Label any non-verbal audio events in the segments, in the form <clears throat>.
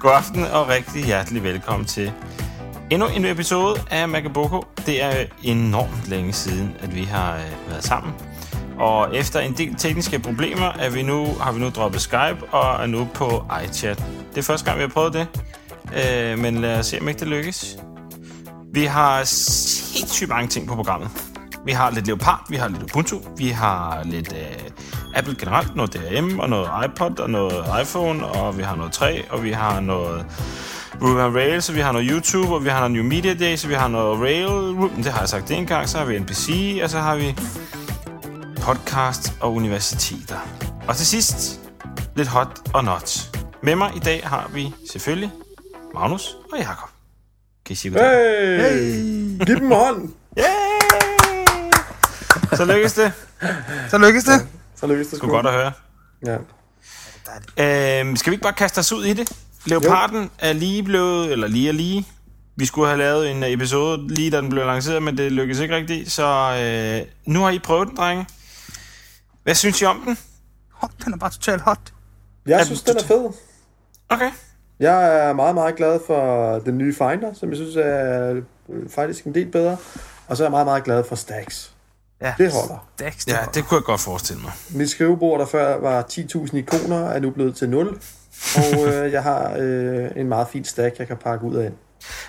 god aften og rigtig hjertelig velkommen til endnu en episode af Macaboko. Det er enormt længe siden, at vi har øh, været sammen. Og efter en del tekniske problemer er vi nu, har vi nu droppet Skype og er nu på iChat. Det er første gang, vi har prøvet det, øh, men lad os se, om ikke det lykkes. Vi har sindssygt mange ting på programmet. Vi har lidt Leopard, vi har lidt Ubuntu, vi har lidt øh, Apple generelt, noget DRM og noget iPod og noget iPhone, og vi har noget 3, og vi har noget Ruby on Rails, og vi har noget YouTube, og vi har noget New Media Days, og vi har noget Rail, Ru- det har jeg sagt en gang, så har vi NPC, og så har vi podcast og universiteter. Og til sidst, lidt hot og not. Med mig i dag har vi selvfølgelig Magnus og Jakob. Kan I sige goddag? Hey! hey! Giv dem hånd! Yay! Så lykkedes det. Så lykkes det. Så løs det Det var godt at høre. Ja. Øhm, skal vi ikke bare kaste os ud i det? Leoparden jo. er lige blevet, eller lige er lige. Vi skulle have lavet en episode lige da den blev lanceret, men det lykkedes ikke rigtigt. Så øh, nu har I prøvet den, drenge. Hvad synes I om den? Hot, den er bare totalt hot. Jeg synes, den er fed. Okay. Jeg er meget, meget glad for den nye Finder, som jeg synes er øh, faktisk en del bedre. Og så er jeg meget, meget glad for Stacks. Ja. Det holder. Stacks, det Ja, holder. det kunne jeg godt forestille mig. Mit skrivebord, der før var 10.000 ikoner, er nu blevet til 0. Og øh, jeg har øh, en meget fin stack, jeg kan pakke ud af. ind.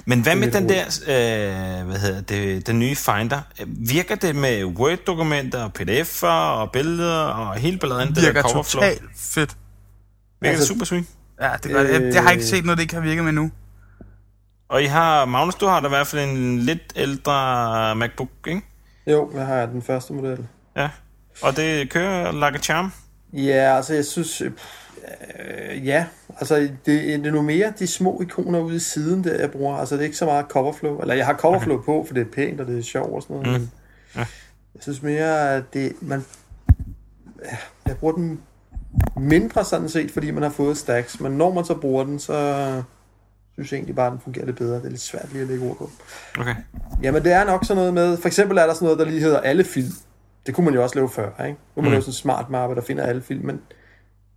Men hvad med lidt den der, øh, hvad hedder det, den nye Finder? Virker det med Word-dokumenter og PDF'er og billeder og hele balladen? Det Det der virker coverflow? totalt fedt. Virker det Altså- super sweet? Ja, det gør det. Jeg, jeg har ikke set noget, det ikke har virket med nu. Og I har, Magnus, du har da i hvert fald en lidt ældre MacBook, ikke? Jo, jeg har den første model. Ja. Og det kører like a charm. Ja, altså jeg synes... øh, Øh, ja, altså det, det er nu mere de små ikoner ude i siden, der jeg bruger. Altså det er ikke så meget coverflow. Eller jeg har coverflow okay. på, for det er pænt, og det er sjovt og sådan noget. Mm. Jeg synes mere, at det... Man, ja, jeg bruger den mindre sådan set, fordi man har fået stacks. Men når man så bruger den, så synes jeg egentlig bare, at den fungerer lidt bedre. Det er lidt svært lige at lægge ord på. Okay. Jamen, det er nok sådan noget med... For eksempel er der sådan noget, der lige hedder alle film. Det kunne man jo også lave før, ikke? Nu kunne man Mm. lave sådan en smart mappe, der finder alle film, men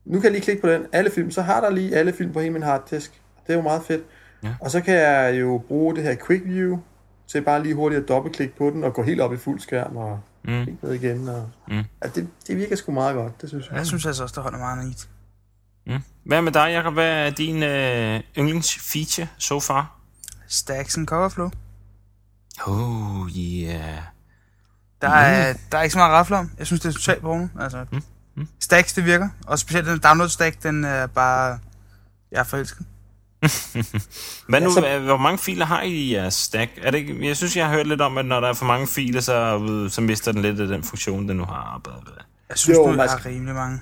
nu kan jeg lige klikke på den, alle film, så har der lige alle film på hele min harddisk. Det er jo meget fedt. Ja. Og så kan jeg jo bruge det her quick view til bare lige hurtigt at dobbeltklikke på den og gå helt op i fuld skærm og Mm. klikke ned igen. Og... Mm. Altså, det, det virker sgu meget godt, det synes jeg. Jeg synes altså også, det holder meget nit. Mm. Hvad med dig, Jacob? Hvad er din øh, yndlingsfeature so far? Stacks and coverflow. Oh, yeah. Der er, der er ikke så meget at rafle om. Jeg synes, det er totalt brugende. Altså, mm. Mm. Stacks, det virker. Og specielt den download stack, den er bare... Jeg er forelsket. Hvad nu, Ja, så- altså, hvor mange filer har I i jeres stack? Er det ikke, jeg synes, jeg har hørt lidt om, at når der er for mange filer, så, øh, så mister den lidt af den funktion, den nu har. Bla, bla, bla. Jeg synes, Jo, jo, du man har skal- rimelig mange.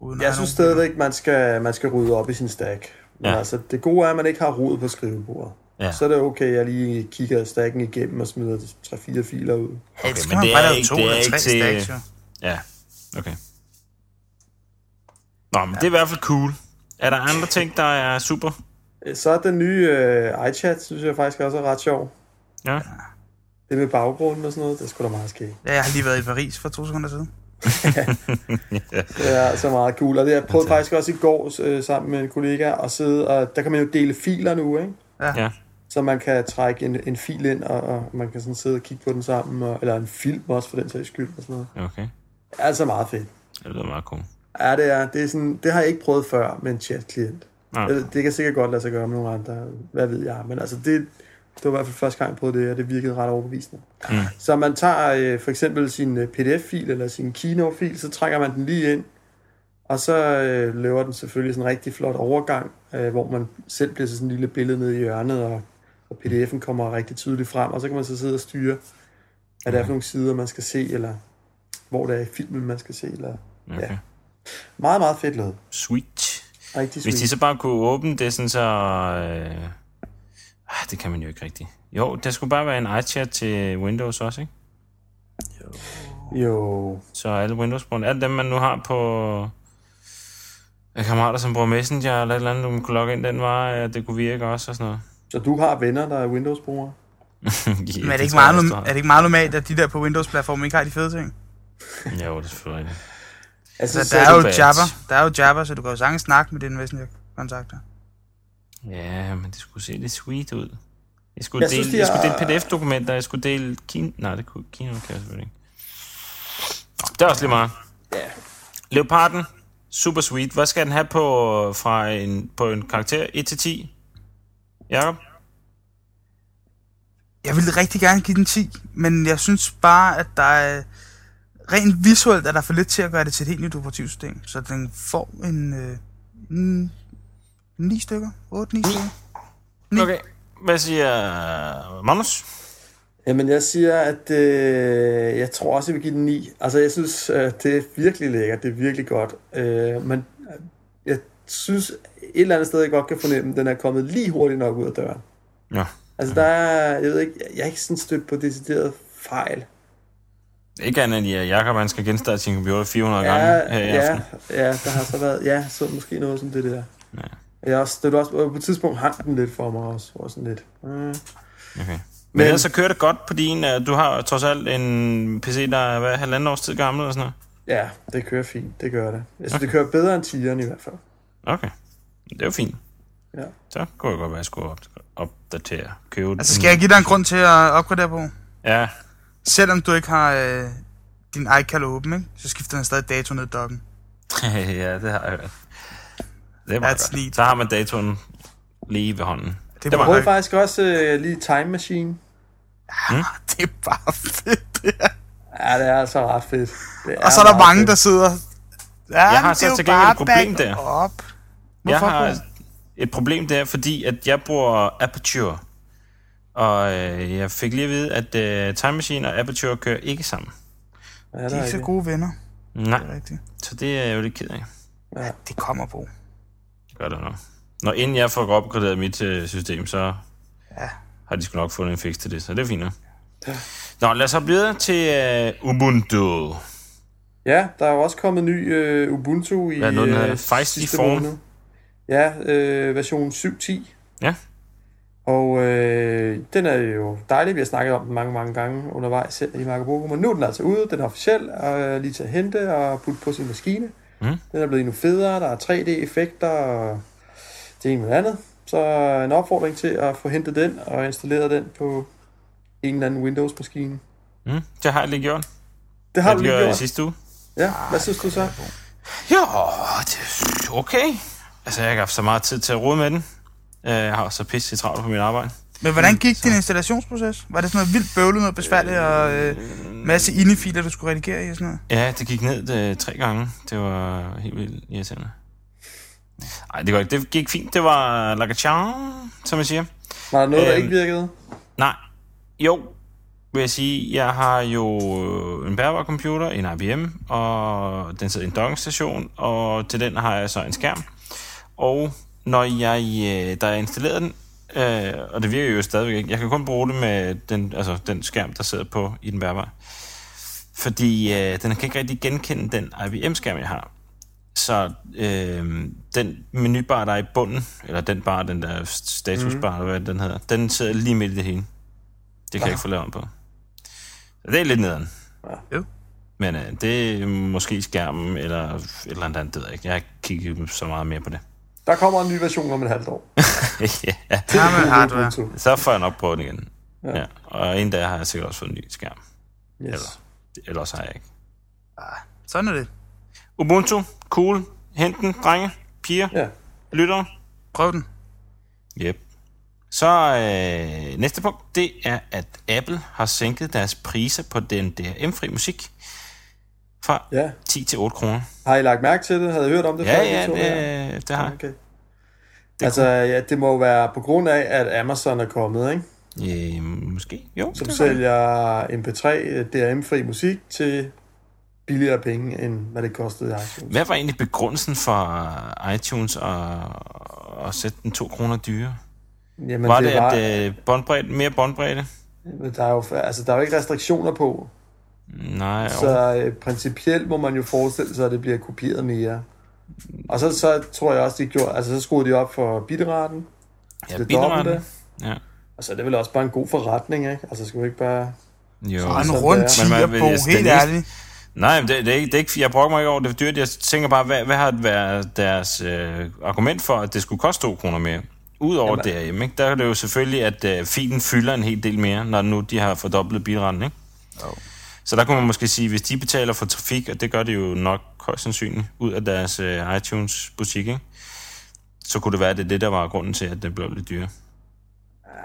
Uden at Jeg have synes nogen- stadigvæk, man skal, man skal rydde op i sin stack. Men Ja. ja. altså, det gode er, at man ikke har rod på skrivebordet. Ja. Så er det okay, at jeg lige kigger stacken igennem og smider 3-4 filer ud. Ja, Okay, så men kan man det bare er lave ikke- to det er eller ikke tre til- stacks, jo. Ja, okay. Nå, men ja. det er i hvert fald cool. Er der <laughs> andre ting, der er super? Så er den nye øh, iChat, synes jeg faktisk også er ret sjov. Ja. Det med baggrunden og sådan noget, det skulle da meget ske. Ja, jeg har lige været i Paris for to sekunder siden. Det er så meget cool. Og det, jeg Altså- prøvede faktisk også i går øh, sammen med en kollega at sidde, og der kan man jo dele filer nu, ikke? Ja. Så man kan trække en, en fil ind, og, og, man kan sådan sidde og kigge på den sammen, og, eller en film også for den sags skyld og sådan noget. Okay. Det er altså meget fedt. Det lyder meget cool. Ja, det er. Det, er sådan, det har jeg ikke prøvet før med en chat-klient. Nej. Jeg ved, Det kan sikkert godt lade sig gøre med nogle andre, hvad ved jeg. Men altså, det, det var i hvert fald første gang, jeg prøvede det, og det virkede ret overbevisende. Mm. Så man tager øh, for eksempel sin øh, pdf-fil eller sin Keynote-fil, så trækker man den lige ind, og så øh, laver den selvfølgelig sådan en rigtig flot overgang, øh, hvor man selv bliver til sådan et lille billede nede i hjørnet, og, og pdf'en kommer rigtig tydeligt frem, og så kan man så sidde og styre, hvad det er for nogle sider, man skal se, eller hvor det er i filmen, man skal se. Eller... Okay. Ja. Meget, meget fedt lavet. Sweet. Rigtig Hvis de sweet. så bare kunne åbne det sådan så... Øh... Ah, det kan man jo ikke rigtigt. Jo, der skulle bare være en iChat til Windows også, ikke? Jo, Så alle windows brugerne alle dem man nu har på... øh, kammerater, som bruger Messenger eller et eller andet, du kunne logge ind den var, at det kunne virke også og sådan noget. <laughs> så du har venner, der er Windows-brugere? ja, Men er det, ikke tror jeg meget, også, norm- er det ikke meget normalt, at de der på Windows-platformen ikke har de fede ting? der er. Jo, det er selvfølgelig rigtigt. Altså, Så der er jo Bad. Jabber, der er jo Jabber, så du kan jo sagtens snakke med dine messenger kontakter. Ja, men det skulle se lidt sweet ud. Jeg skulle, jeg dele, synes, de jeg skulle dele PDF-dokumenter, jeg skulle dele Kino. Nej, det kunne Kino kan jeg selvfølgelig ikke. Nå, Det er også lige meget. Ja. Leoparden, super sweet. Hvad skal den have på, fra en, på en karakter 1 til 10? Jakob? Jeg ville rigtig gerne give den 10, men jeg synes bare, at der er... Rent visuelt er der for lidt til at gøre det til et helt nyt operativsystem, så den får en... Øh, en 9 stykker? 8-9 stykker? Mm. Ni. Okay. Hvad siger øh, Magnus? Jamen, jeg siger, at øh, jeg tror også, jeg vil give den 9. Altså, jeg synes, øh, det er virkelig lækkert. Det er virkelig godt. Øh, men øh, jeg synes et eller andet sted, jeg godt kan fornemme, at den er kommet lige hurtigt nok ud af døren. Ja. Altså, der er, jeg ved ikke, jeg er ikke sådan stødt på decideret fejl. Ikke andet end, at Jacob han skal genstarte sin computer 400 gange Ja, her øh, i ja, aften. ja, der har så været, ja, så måske noget som det der. Ja. Jeg er også, det var også, og på et tidspunkt hang den lidt for mig også, og sådan lidt. Mm. Okay. Men, Men Men- ellers så kører det godt på din. øh, Du har trods alt en PC, der er hvad, halvanden års tid gammel eller sådan Ja, det kører fint, det gør det. Jeg synes, det kører bedre end tieren i hvert fald. noget. Okay. Det er jo fint. Ja. Så kunne jeg godt være, at jeg skulle op- opdatere. Købe Altså, den. skal jeg give dig en grund til at opgradere på? Ja, <laughs> Selvom du ikke har øh, din iCal åben, ikke? så skifter den stadig dato ned i dokken. ja, det har jeg hørt. Det er meget That's godt. neat. Så har man datoen lige ved hånden. Det Det var var Jeg prøvede bare, faktisk også øh, lige Time Machine. <laughs> det er bare fedt, det her. Ja, det er altså ret fedt. Det Og så er der meget mange, fedt. der sidder... Ja, har men så det er jo til gengæld bare et problem bag der. Op. Jeg Hvorfor? har et problem der, fordi at jeg bruger Aperture. Og øh, jeg fik lige at vide, at øh, Time Machine og Aperture kører ikke sammen. Ja, De der er er ikke så ikke. gode venner, Nej, det er rigtigt. så det er jeg jo lidt ked af. Det kommer på. Det gør det nok. Når inden jeg får opgraderet mit øh, system, så Ja. har de sgu nok fundet en fix til det, så det er fint. nok. Nå, lad os hoppe videre til øh, Ubuntu. Ja, der er jo også kommet ny øh, Ubuntu i Hvad er nu den her? øh, Feisty sidste form? måned. Ja, øh, version 7.10. Ja. Og øh, den er jo dejlig, vi har snakket om den mange, mange gange undervejs her i Marco Polo, men nu er den altså ude, den er officiel, og øh, lige til at hente og putte på sin maskine. Mm. Den er blevet endnu federe, der er 3D-effekter og det ene med det andet. Så en opfordring til at få hentet den og installeret den på en eller anden Windows-maskine. Mm, det har jeg lige gjort. Det har Det gjorde du lige jeg i gjort. sidste uge. Ja, hvad synes du så? Jo, det er okay. Altså, jeg har ikke haft så meget tid til at rode med den. Øh, Jeg har så pisse travlt på mit arbejde. Men hvordan gik din installationsproces? Var det sådan noget vildt bøvlet noget besværligt og Mm. øh, masse inifiler, du skulle redigere i og sådan noget? Ja, det gik ned øh, tre gange. Det var helt vildt irriterende. Nej, det, var, ikke- det gik fint. Det var like a charm, som man siger. Var der noget, der Øhm, ikke virkede? Nej. Jo, vil jeg sige, jeg har jo øh, en bærbar computer, en IBM, og den sidder i en dockingstation, og til den har jeg så en skærm. Og når jeg, øh, da jeg installerede den, øh, og det virker jo stadigvæk ikke, jeg kan kun bruge det med den, altså den skærm, der sidder på i den bærbare. Fordi øh, den kan ikke rigtig genkende den IBM-skærm, jeg har. Så øh, den menubar, der er i bunden, eller den bar, den der statusbar, mm. eller hvad den hedder, den sidder lige midt i det hele. Det kan jeg ikke få lavet om på. Så det er lidt nederen. Ja. Jo. Men øh, det er måske skærmen, eller et eller andet, andet, det ved jeg ikke. Jeg har ikke kigget så meget mere på det. <laughs> Der kommer en ny version om et halvt år. ja, Ja, men hardware. Ubuntu. så får jeg nok på den igen. Ja. Ja. ja. Og en dag har jeg sikkert også fået en ny skærm. Yes. Eller- Ellers har jeg ikke. Sådan er det. Ubuntu, cool. Hent den, drenge, piger, Ja. lyttere. Prøv den. Yep. Så øh, næste punkt, det er, at Apple har sænket deres priser på den der M-fri musik fra ja. 10 til 8 kroner. Har I lagt mærke til det? Havde I hørt om det Ja, før? I ja, to her? det, <laughs> det har jeg. Okay. Det altså, ja, det må jo være på grund af, at Amazon er kommet, ikke? Øh, måske, jo. Som det var- sælger MP3 DRM-fri musik til billigere penge, end hvad det kostede i iTunes. Hvad var egentlig begrundelsen for øh, iTunes at, at sætte den 2 kroner dyrere? Jamen, Var det, at øh, båndbredde, mere båndbredde? øh... der, er jo, altså, der er jo ikke restriktioner på, Nej, så... så øh, principielt må man jo forestille sig, at det bliver kopieret mere. Og så, så tror jeg også, de gjorde, altså så skruede de op for bitraten, ja, det bilraten. dobbelte. Ja. og så er det vel også bare en god forretning, ikke? Altså skal vi ikke bare... Jo. Og en sådan rund der. Men tiger, man- Bo, hvis den helt ikke- ærligt. Nej, men det, det, er ikke, det er ikke, jeg brokker mig ikke over det for dyrt. Jeg tænker bare, hvad, hvad har været deres øh, argument for, at det skulle koste 2 kroner mere? Udover DRM, ikke? der er det jo selvfølgelig, at øh, filen fylder en hel del mere, når nu de har fordoblet bilretten. Ikke? Jo. Så der kunne man måske sige, hvis de betaler for trafik, og det gør de jo nok højst sandsynligt ud af deres øh, iTunes-butik, ikke? så kunne det være, at det er det, der var grunden til, at det blev lidt dyrere.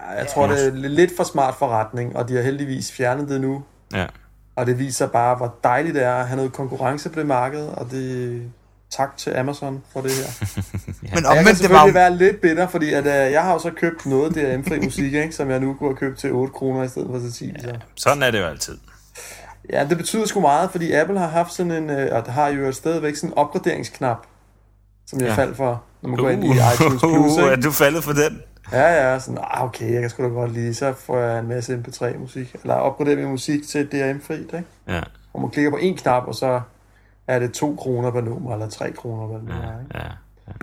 Ja, jeg tror, det er lidt for smart forretning, og de har heldigvis fjernet det nu. Ja. Og det viser bare, hvor dejligt det er at have noget konkurrence på det marked, og det tak til Amazon for det her. Men Og jeg kan omvendt, det var selvfølgelig jo... det var... være lidt bitter, fordi at, øh, jeg har jo så købt noget der M-fri musik, ikke, som jeg nu kunne have købt til 8 kroner i stedet for til 10. Ja. Sådan er det jo altid. ja, det betyder sgu meget, fordi Apple har haft sådan en, øh, og det har jo stadigvæk sådan en opgraderingsknap, som jeg Ja. ja. faldt for, når man går ind i Uh, iTunes <laughs> Plus. uh, er Ikke? du faldet for den? Ja, ja, sådan, ah, okay, jeg kan sgu da godt lide, så får jeg en masse MP3-musik, eller opgraderer min musik til DRM-frit, ikke? Ja, hvor man klikker på en knap, og så er det 2 kroner per nummer, eller 3 kroner per nummer. Ikke? ja.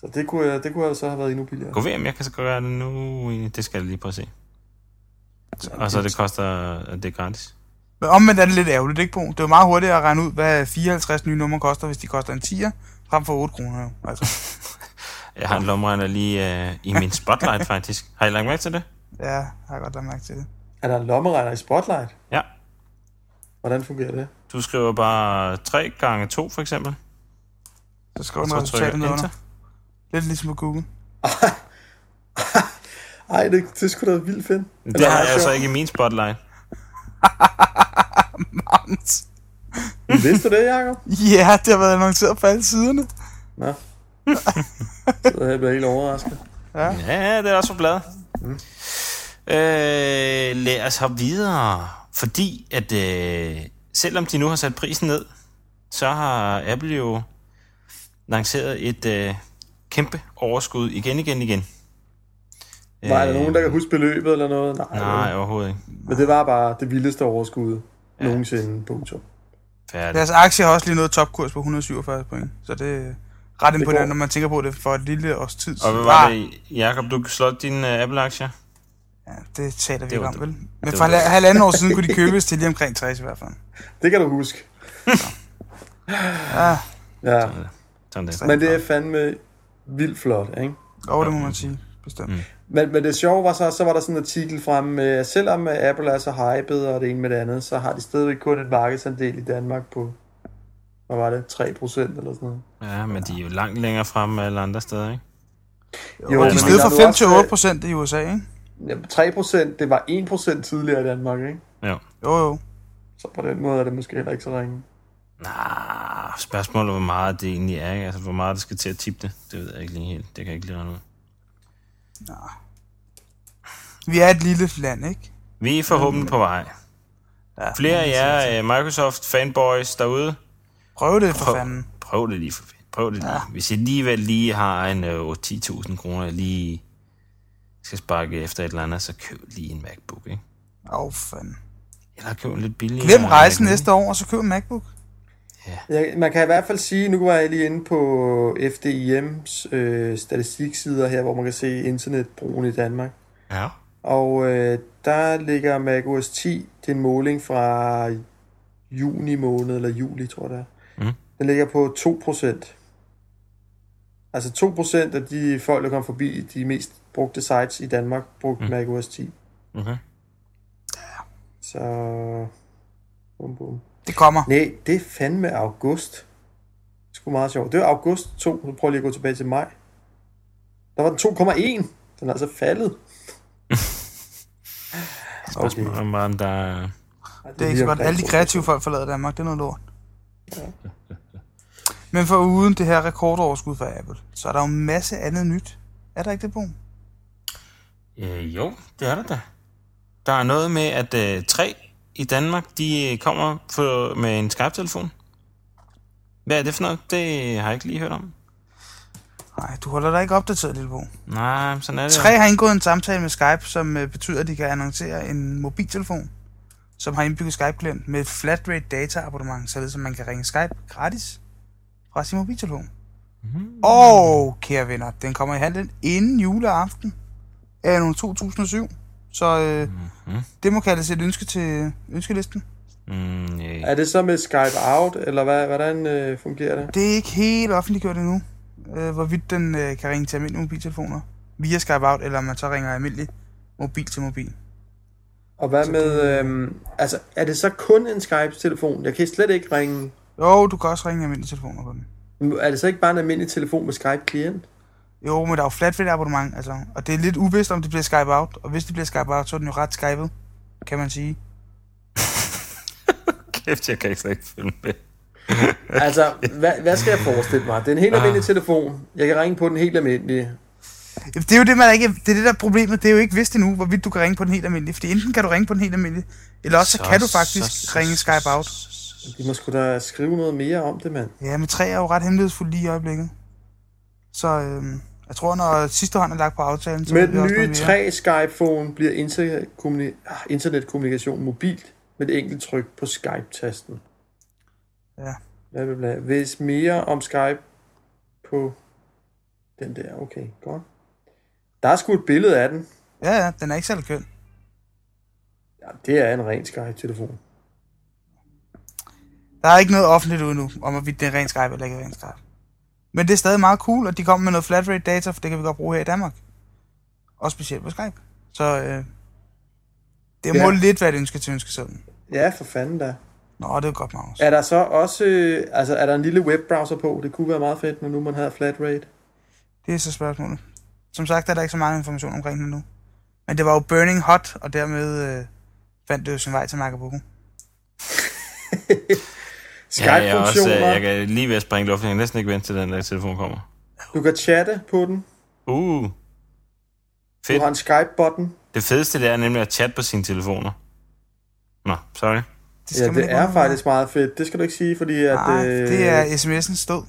Så det kunne, jeg- det kunne altså have været endnu billigere. Gå ved, om jeg kan så gøre det nu. Det skal jeg lige prøve at se. Og så det koster, at det er gratis. Men omvendt er det lidt ærgerligt, ikke Bo? Det er jo meget hurtigt at regne ud, hvad 54 nye numre koster, hvis de koster en 10'er, frem for 8 kroner. jo. Altså, Jeg har en lomregner lige øh, i min spotlight, faktisk. Har I lagt mærke til det? ja, jeg har godt lagt mærke til det. Er der en lommeregner i Spotlight? Ja. Hvordan fungerer det? Du skriver bare 3 gange 2 for eksempel. Så skriver den Så trykker resultatet jeg ned enter. under. Lidt ligesom på Google. Ej, det, det skulle da være vildt fedt. Det har jeg så ikke i min spotlight. Arms. Vidste du det, Jacob? <laughs> Ja, det har været annonceret på alle siderne. Nå. <laughs> Så jeg bliver helt overrasket. Ja, det er også for bladet. Mm. Øh, lad os hoppe videre. Fordi at øh, selvom de nu har sat prisen ned, så har Apple jo lanceret et øh, kæmpe overskud igen, igen, igen. Øh, Var der nogen, der kan huske beløbet eller noget? Nej, Nej, vel. overhovedet ikke. Men det var bare det vildeste overskud ja. nogensinde. Punktum. Færdig. Deres aktie har også lige nået topkurs på 147 point, så det er ret imponerende, går. når man tænker på det for et lille års tid. Ah, Og hvad Ah. var det, Jacob, du slåede dine øh, Apple-aktier? Ja, det taler vi Det ikke var om, dumt. vel? Men var for dumt. halv- halvanden år siden kunne de købes til lige omkring 60 i hvert fald. Det kan du huske. Ja, Ja. Sådan det. Men det er fandme vildt flot, ikke? og det må man sige, bestemt. Mm. Men, men det sjove var så, så var der sådan en artikel frem med, at selvom øh, Apple er så hyped og det ene med det andet, så har de stadigvæk kun et markedsandel i Danmark på, hvad var det, 3% eller sådan noget. Ja, men de er jo langt længere fremme end alle andre steder, ikke? Jo, Og men de steg der er fra nu 5 også, til øh, 8 procent i USA, ikke? Jamen, 3%, det var 1% tidligere i Danmark, ikke? Jo. Jo, jo. Så på den måde er det måske heller ikke så ringe. Nah, spørgsmålet er, hvor meget det egentlig er, ikke? Altså, hvor meget det skal til at tippe det. Det ved jeg ikke lige helt. Det kan jeg ikke lige regne ud. Vi er et lille land, ikke? Vi er forhåbentlig på vej. Ja, Flere af jer øh, Microsoft-fanboys derude, Prøv det for Prøv. fanden. prøv det lige for fanden. Prøv det lige. Hvis I alligevel lige har en øh, 10.000 kroner, jeg lige skal sparke efter et eller andet, så køb lige en MacBook, ikke? Åh, oh, fanden. Eller køb en lidt billigere. Glem rejsen MacBook. næste år, og så køb en MacBook. Jeg, man kan i hvert fald sige, nu var jeg lige inde på FDIM's øh, statistiksider her, hvor man kan se internetbrugen i Danmark. Ja. Og øh, der ligger macOS 10, det er en måling fra juni måned, eller juli, tror jeg det er. Mm. Den ligger på 2%. Altså 2% af de folk, der kom forbi de mest brugte sites i Danmark, brugte Mhm. mm. macOS 10. Okay. Så... Bum, bum. Det kommer. Nej, det er fandme august. Det er sgu meget sjovt. Det var august 2, nu prøver jeg lige at gå tilbage til maj. Der var den 2,1. Den er altså faldet. <laughs> Okay. Spørgsmålet er, om der er... Det er ikke så godt. Alle de kreative folk forlader Danmark, det er noget lort. Men for uden det her rekordoverskud fra Apple, så er der jo en masse andet nyt. Er der ikke det, Bo? Øh, jo, det er der da. Der er noget med, at øh, tre i Danmark, de øh, kommer for, med en Skype-telefon. Hvad er det for noget? Det øh, har jeg ikke lige hørt om. Nej, du holder dig ikke opdateret, lille Bo. Nej, men sådan er det. jo. Tre har indgået en samtale med Skype, som øh, betyder, at de kan annoncere en mobiltelefon, som har indbygget Skype-klient med et flatrate data abonnement, således at man kan ringe Skype gratis fra sin mobiltelefon. Mm. Og, kære venner, den kommer i handlen inden juleaften af nu 2007. Så øh, mm-hmm. det må kaldes et ønske til ønskelisten. Mm, øh, Er det så med Skype Out, eller hvad, hvordan øh, fungerer det? Det er ikke helt offentliggjort endnu, øh, hvorvidt den øh, kan ringe til almindelige mobiltelefoner. via Skype Out, eller om man så ringer almindelig mobil til mobil. Og hvad med, øhm, altså, er det så kun en Skype-telefon? Jeg kan slet ikke ringe. Jo, du kan også ringe almindelig telefoner på den. Er det så ikke bare en almindelig telefon med Skype-klient? Jo, men der er jo flat rate abonnement, altså. Og det er lidt uvist, om det bliver Skype Out. Og hvis det bliver Skype Out, så er den jo ret skypet, kan man sige. Kæft, jeg kan slet ikke følge med. Altså, hvad, hvad skal jeg forestille mig? Det er en Ah. helt almindelig telefon. Jeg kan ringe på den helt almindelige. Jamen, Det er jo det, man ikke, det er det der er problemet. Det er jo ikke vist endnu, hvorvidt du kan ringe på den helt almindelige. Fordi enten kan du ringe på den helt almindelige, eller også så, Så- kan du faktisk så- så, ringe Skype Out. De må sgu da skrive noget mere om det, mand. Ja, men 3 er jo ret hemmelighedsfuld lige i øjeblikket. Så øhm, jeg tror, når sidste hånd er lagt på aftalen, så Med ved vi den også noget nye 3 mere. Skype-phone bliver interkommunik- ah, internetkommunikation mobilt med et enkelt tryk på Skype-tasten. Ja. Bla, bla, bla. Hvis mere om Skype på den der. Okay, godt. Der er sgu et billede af den. Ja, ja, den er ikke særlig køn. Ja, det er en ren Skype-telefon. Der er ikke noget offentligt ude nu, om hvorvidt det er ren Skype eller ikke ren Skype. Men det er stadig meget cool, at de kommer med noget flat rate data, for det kan vi godt bruge her i Danmark. Og specielt på Skype. Så øh, det må Ja. lidt være et ønske til ønske sådan. Ja, for fanden da. Nå, det er godt, Magnus. Ja. Er der så også, øh, altså er der en lille webbrowser på? Det kunne være meget fedt, når nu man havde flat rate. Det er så spørgsmålet. Som sagt er der ikke så meget information omkring det nu. Men det var jo burning hot, og dermed øh, fandt det jo sin vej til Macabuco. Ja, jeg, er også, Skype-funktioner. øh, jeg kan lige ved at springe i luften. Jeg kan næsten ikke vente til den der telefon kommer. Du kan chatte på den. Uh, Du Fedt. har en Skype-button. det fedeste det er nemlig at chatte på sine telefoner. Nå, sorry. Ja, man det ikke er undervurdere. faktisk meget fedt. Det skal du ikke sige, fordi at Nej, øh, det er sms'en stod.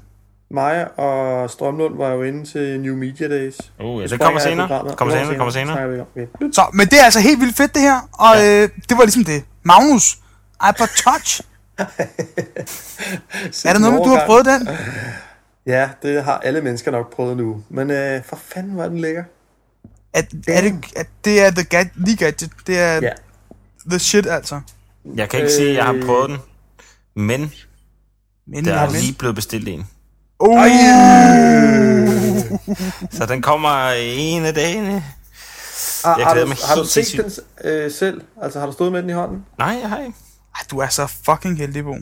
mig og Strømlund var jo inde til New Media Days. Uh, ja, det Jeg tror, kommer jeg er i senere. programmet. Kommer Det senere, kommer senere. snakker vi ikke om. Okay. Så, men det er altså helt vildt fedt det her, og ja. øh, det var ligesom det. Magnus, iPod Touch, er der noget med, du Overgang. har prøvet den? Ja, det har alle mennesker nok prøvet nu. Men øh, for fanden, hvor er den lækker. At, er det, at det er the gad, the gadget, det er Ja. the shit altså. Jeg kan ikke sige, at jeg har prøvet den. Men Men, der ja, men. er lige blevet bestilt en. Oh, Så den kommer en af dagene. Har, Jeg Ah, har, glæder du, mig har du helt set den sindssygt. øh, selv? Altså, har du stået med den i hånden? Nej, jeg har ikke. Ej, ah, du er så fucking heldig, Bo.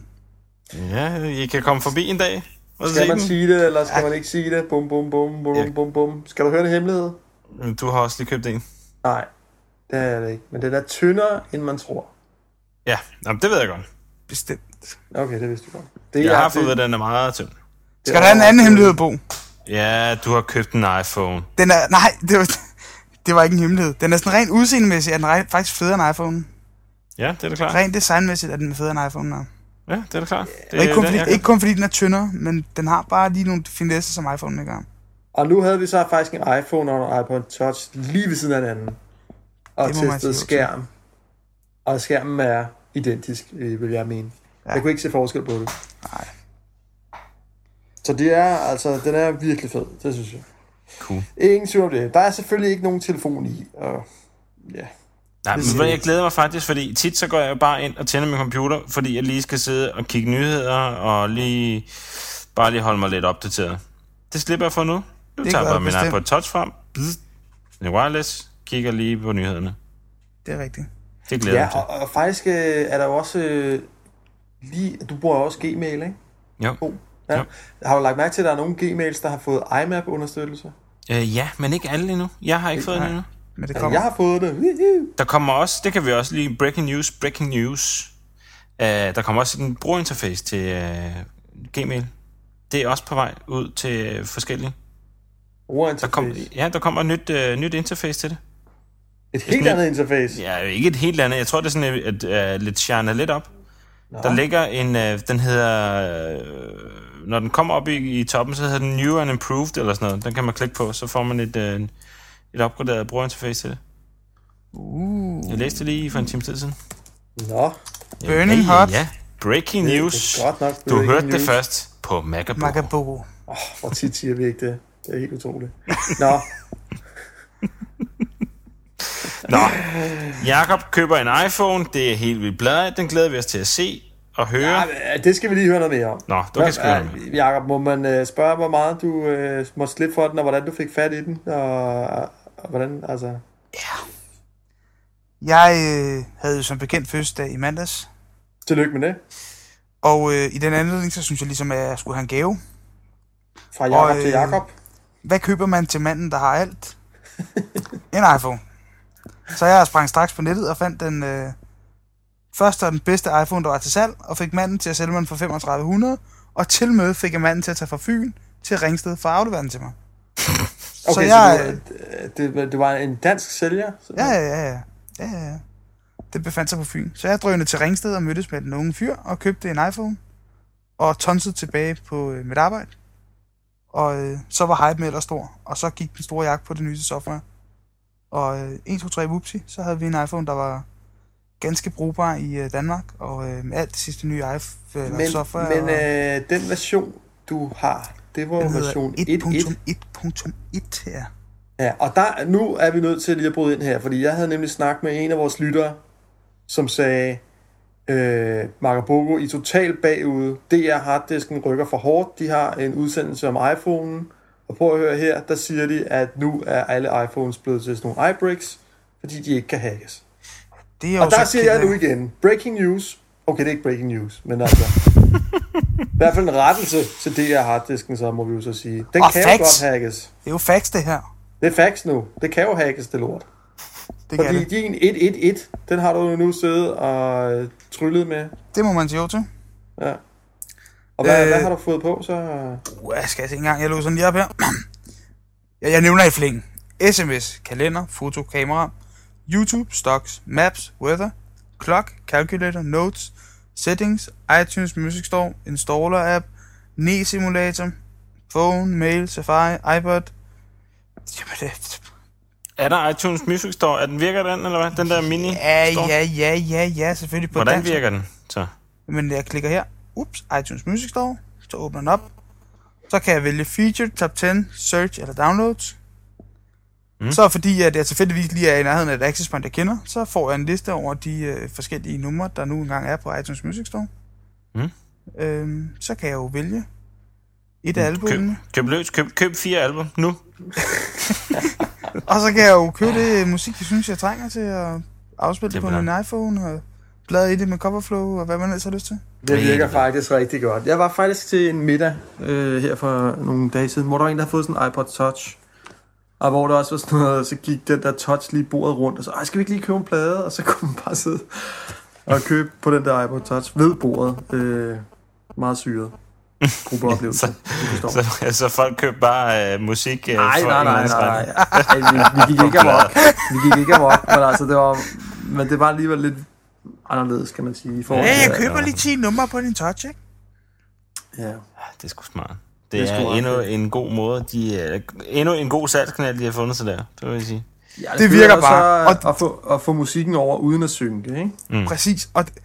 Ja, I kan komme forbi en dag. Og se Skal man den. sige det, eller skal man ikke sige det? Bum, bum, bum, bum, Ja. bum, bum. Skal du høre det hemmelighed? Du har også lige købt en. Nej, det er det ikke. Men den er tyndere, end man tror. Ja, jamen, det ved jeg godt. Bestemt. Okay, det vidste du godt. Det Jeg er- har det- fået, at den er meget tynd. det Skal er der en anden overhovedet- hemmelighed, Bo? Ja, du har købt en iPhone. Den er, nej, <laughs> det var, det var ikke en hemmelighed. Den er sådan rent udseendemæssigt, er den re- faktisk federe end iPhone. Ja, det er da klart. Rent designmæssigt er den federe end iPhone. Er. Ja, det er da klart. Det Og er ikke, kun den, jeg fordi, har ikke kun fordi den er tyndere, men den har bare lige nogle finesser, som iPhone ikke har. Og nu havde vi så faktisk en iPhone og en iPod Touch lige ved siden af hinanden. Og Det må man testet sige, okay. skærm. Og skærmen er identisk, øh, vil jeg mene. Ja. Ja. Jeg kunne ikke se forskel på det. Nej. Så det er, altså, den er virkelig fed, det synes jeg. Cool. Ingen tvivl om det. Der er selvfølgelig ikke nogen telefon i, og ja. Nej, siger men ved du, jeg. jeg glæder mig faktisk, fordi tit så går jeg jo bare ind og tænder min computer, fordi jeg lige skal sidde og kigge nyheder og lige bare lige holde mig lidt opdateret. Det slipper jeg for nu. Nu tager Det gør jeg bare du min bestemt. iPod Touch frem. Bzz. Den er wireless. Kigger lige på nyhederne. Det er rigtigt. Det glæder jeg Ja, mig og, og faktisk øh, er der jo også øh, lige, du bruger jo også Gmail, ikke? til. Jo. Ja. Jo. Har du lagt mærke til, at der er nogle Gmails, der har fået IMAP-understøttelse? Altså, Øh, ja, men ikke alle endnu. Jeg har ikke fået den endnu. Men det Jeg kommer. har fået det. Woohoo! Der kommer også, det kan vi også lige, breaking news, breaking news. Uh, der kommer også en brugerinterface til uh, Gmail. Det er også på vej ud til uh, forskellige. Der Brugerinterface. kom, ja, der kommer et nyt, uh, nyt interface til det. Et helt sådan andet interface. Ja, ikke et helt andet. Jeg tror, det er sådan, at, at uh, lidt shiner lidt op. Nå. Der ligger en, uh, den hedder, uh, når den kommer op i, i toppen, så hedder den New and Improved, eller sådan noget. Den kan man klikke på, så får man et, uh, et opgraderet brugerinterface til det. Uh, Jeg læste det lige for en times tid siden. Nå, Burning ja, hot. Ja, breaking det er news. godt nok Du breaking hørte det news. først på Macabook. Macaboco. hvor tit siger vi ikke det. Det er helt utroligt. Nå, Nå, Jakob køber en iPhone. Det er helt vildt bladet. Den glæder vi os til at se og høre. ej, men, det skal vi lige høre noget mere om. Nå, du kan skrive med. Jakob, må man øh, spørge, hvor meget du øh, må slippe for den, og hvordan du fik fat i den, og Og Hvordan, altså... Jeg øh, havde jo som bekendt fødselsdag i mandags, Tillykke med det. og øh, i den anledning, så synes jeg ligesom, at jeg skulle have en gave. Fra Jakob Og, øh, til Jakob. Hvad køber man til manden, der har alt? en iPhone. Så jeg sprang straks på nettet og fandt den øh, første og den bedste iPhone, der var til salg, og fik manden til at sælge mig den for 3500, og til møde fik jeg manden til at tage fra Fyn til Ringsted for at aflevere den til mig. Okay, så, jeg- jeg... det, det, det var en dansk sælger? Ja, simpelthen? ja, ja, ja. ja, ja, ja. Det befandt sig på Fyn. Så jeg drønede til Ringsted og mødtes med den unge fyr og købte en iPhone. Og tonsede tilbage på øh, mit arbejde. Og øh, så var hype med ellers stor. Og så gik den store jagt på det nye software. Og øh, 1, 2, 3, whoopsie, så havde vi en iPhone, der var ganske brugbar i øh, Danmark. Og øh, med alt det sidste nye iPhone øh, Men, software. men og, øh, den version, du har, det var jo den hedder version 1.1. 1.1.1 her. Ja, og der, nu er vi nødt til lige at bryde ind her, fordi jeg havde nemlig snakket med en af vores lyttere, som sagde, øh, Marco Bogo i total bagud. DR harddisken rykker for hårdt. De har en udsendelse om iPhone'en. Og prøv at høre her, der siger de, at nu er alle iPhones blevet til sådan nogle iBricks, fordi de ikke kan hackes. Det er Og jo der så siger jeg ked af. nu igen, breaking news. Okay, det er ikke breaking news, men altså... <laughs> I hvert fald en rettelse til DR harddisken, så må vi jo så sige. Den Og kan jo facts. godt hackes. Det er jo facts, det her. Det er facts nu. Det kan jo hackes, det lort. Det, kan Fordi det. din 111, den har du jo nu siddet og øh, tryllet med. det må man sige jo til. Ja. Og hvad, øh... Øh. hvad har du fået på så? Uh, jeg skal jeg se engang, jeg lå sådan lige op her. <clears throat> jeg, jeg nævner i flæng. SMS, kalender, foto, kamera, YouTube, stocks, maps, weather, clock, calculator, notes, settings, iTunes Music Store, installer app, ne simulator, phone, mail, safari, iPod. Jamen, det, Er der iTunes Music Store? Er den virker den, eller hvad? Den der mini ja, store? ja, ja, ja, ja, selvfølgelig på Hvordan dansk. virker den så? Men jeg klikker her. Ups, iTunes Music Store. Så åbner den op. Så kan jeg vælge Feature, Top 10, Search eller Downloads. Mm. Så fordi at jeg tilfældigvis lige er i nærheden af et access point, jeg kender, så får jeg en liste over de øh, forskellige numre, der nu engang er på iTunes Music Store. Mm. Øhm, så kan jeg jo vælge et af Køb, albumene. køb løs. Køb, køb fire album nu. <laughs> <laughs> Og så kan jeg jo købe det musik, jeg synes, jeg trænger til at afspille det, Det på bliver- min iPhone og bladre i det med Coverflow og hvad man ellers har lyst til. Det virker Helvede. faktisk rigtig godt. Jeg var faktisk til en middag øh, her for nogle dage siden, hvor der var en, der havde fået sådan en iPod Touch. Og hvor der også var sådan noget, så gik den der touch lige bordet rundt, og så, Ej, skal vi ikke lige købe en plade? Og så kunne man bare sidde og købe på den der iPod Touch ved bordet. Øh, meget syret. Gruppeoplevelse. Så- du forstår. Så, så folk køber bare øh, musik øh, Nej, for nej, en eller nej, andens nej, regning. nej. Ej, vi, vi gik ikke <laughs> amok. Vi gik ikke amok, men altså, det var, men det var alligevel lidt anderledes, kan man sige. I forhold Ja, jeg til- køber lige 10 numre på din touch, ikke? Ja. Det er sgu smart. Det, Det er det sgu er, meget endnu fedt. en god måde, de, øh, endnu en god salgskanal, de har fundet sig der, det vil jeg sige. Ja, Det virker fede er bare. Så, at, få, at få musikken over uden at synge det, ikke? Præcis. Og det-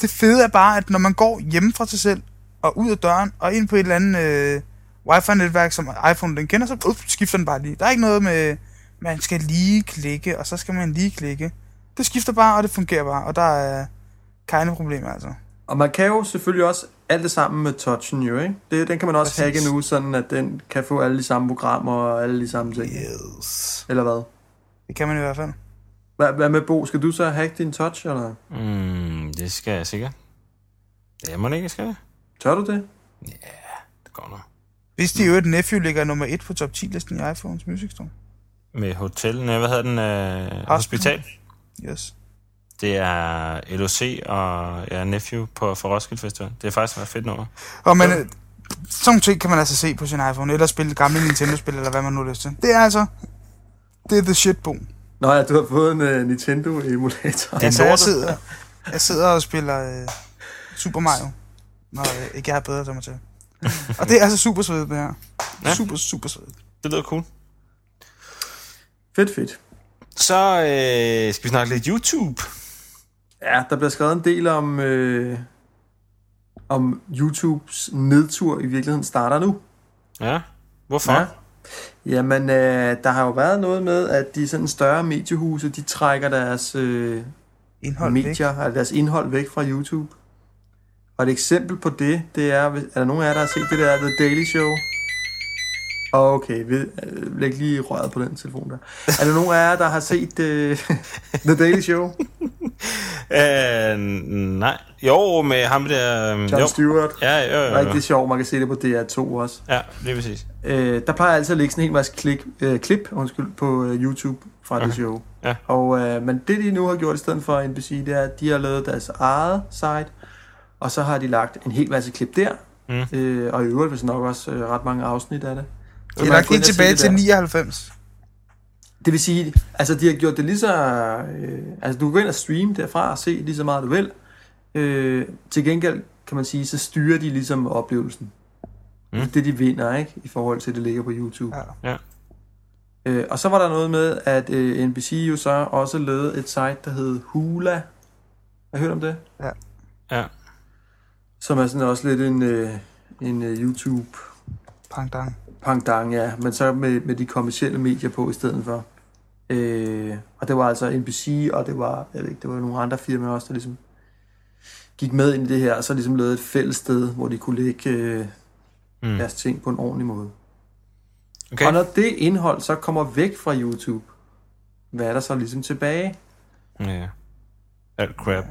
det fede er bare, at når man går hjemme fra sig selv, og ud af døren, og ind på et eller andet øh, wifi-netværk, som iPhone den kender, så up, skifter den bare lige. Der er ikke noget med, man skal lige klikke, og så skal man lige klikke. Det skifter bare, og det fungerer bare, og der er keine problemer, altså. Og man kan jo selvfølgelig også alt det sammen med touchen jo, ikke? Det, den kan man også Præcis. hacke nu, sådan at den kan få alle de samme programmer og alle de samme ting. Yes. Eller hvad? Det kan man i hvert fald. Hvad, hvad med Bo? Skal du så hacke din touch, eller? Mm, det skal jeg sikkert. Det må det ikke, skal jeg? Tør du det? Det går nok. Hvis de i øvrigt Nephew ligger nummer 1 på top 10-listen i iPhones Music Store. Med hotel, nej, hvad hedder den? Øh, hospital. Yes. Det er LOC og ja, Nephew på for Roskilde Festival. Det er faktisk et fedt nummer. Og man, øh, sådan nogle ting kan man altså se på sin iPhone, eller spille gamle Nintendo-spil, eller hvad man nu har lyst til. Det er altså, det er the shit, Bo. Nå ja, du har fået en uh, Nintendo-emulator. Det er Altså, jeg lortet. sidder, jeg sidder og spiller øh, Super Mario, når øh, ikke jeg har bedre til mig til. Og det er altså super svedigt, det her. Ja. Ja. Super, super svedigt. Det lyder cool. Fedt, fedt. Så øh, skal vi snakke lidt YouTube. Ja, der bliver skrevet en del om, øh, om YouTubes nedtur i virkeligheden starter nu. Ja, hvorfor? Ja. Ja. Jamen, øh, der har jo været noget med, at de sådan større mediehuse, de trækker deres øh, Indhold væk. medier, altså deres indhold væk fra YouTube. Og et eksempel på det, det er, hvis- er der nogen af jer, der har set det der The Daily Show? Okay, vi, øh, læg lige røret på den telefon der. Er der nogen af jer, der har set øh, <laughs> The Daily Show? Øh, nej. Jo, med ham der... øhm, John jo. Stewart? Ja, jo, jo, jo. Rigtig sjov, man kan se det på DR2 også. Ja, lige præcis. Øh, der plejer altid at ligge sådan en hel masse klik, øh, klip undskyld, på øh, YouTube fra okay. Okay. det show. Ja. Og, øh, men det de nu har gjort i stedet for NBC, det er, at de har lavet deres eget site, og så har de lagt en hel masse klip der, Mm. øh, og i øvrigt vist nok også øh, ret mange afsnit af det. Så man Jeg er kan lagt gå ind helt og se tilbage det til der. 99. Det vil sige, altså de har gjort det lige så... Øh, altså du kan gå ind og streame derfra og se lige så meget du vil. Øh, til gengæld kan man sige, så styrer de ligesom oplevelsen. Mm. Mm. Det de vinder, ikke? I forhold til, at det ligger på YouTube. Ja. Øh, og så var der noget med, at øh, NBC jo så også lavede et site, der hed Hula. Har I hørt om det? Ja. Ja. Som er sådan også lidt en, øh, en øh, YouTube Pang dang. pangdang, ja. Men så med, med de kommercielle medier på i stedet for. Øh, og det var altså NBC, og det var, jeg ved ikke, det var nogle andre firmaer også, der ligesom gik med ind i det her, og så ligesom lavede et fælles sted, hvor de kunne lægge øh, Mm. deres ting på en ordentlig måde. Okay. Og Okay. når det indhold så kommer væk fra YouTube, hvad er der så ligesom tilbage? Ja. Alt crap.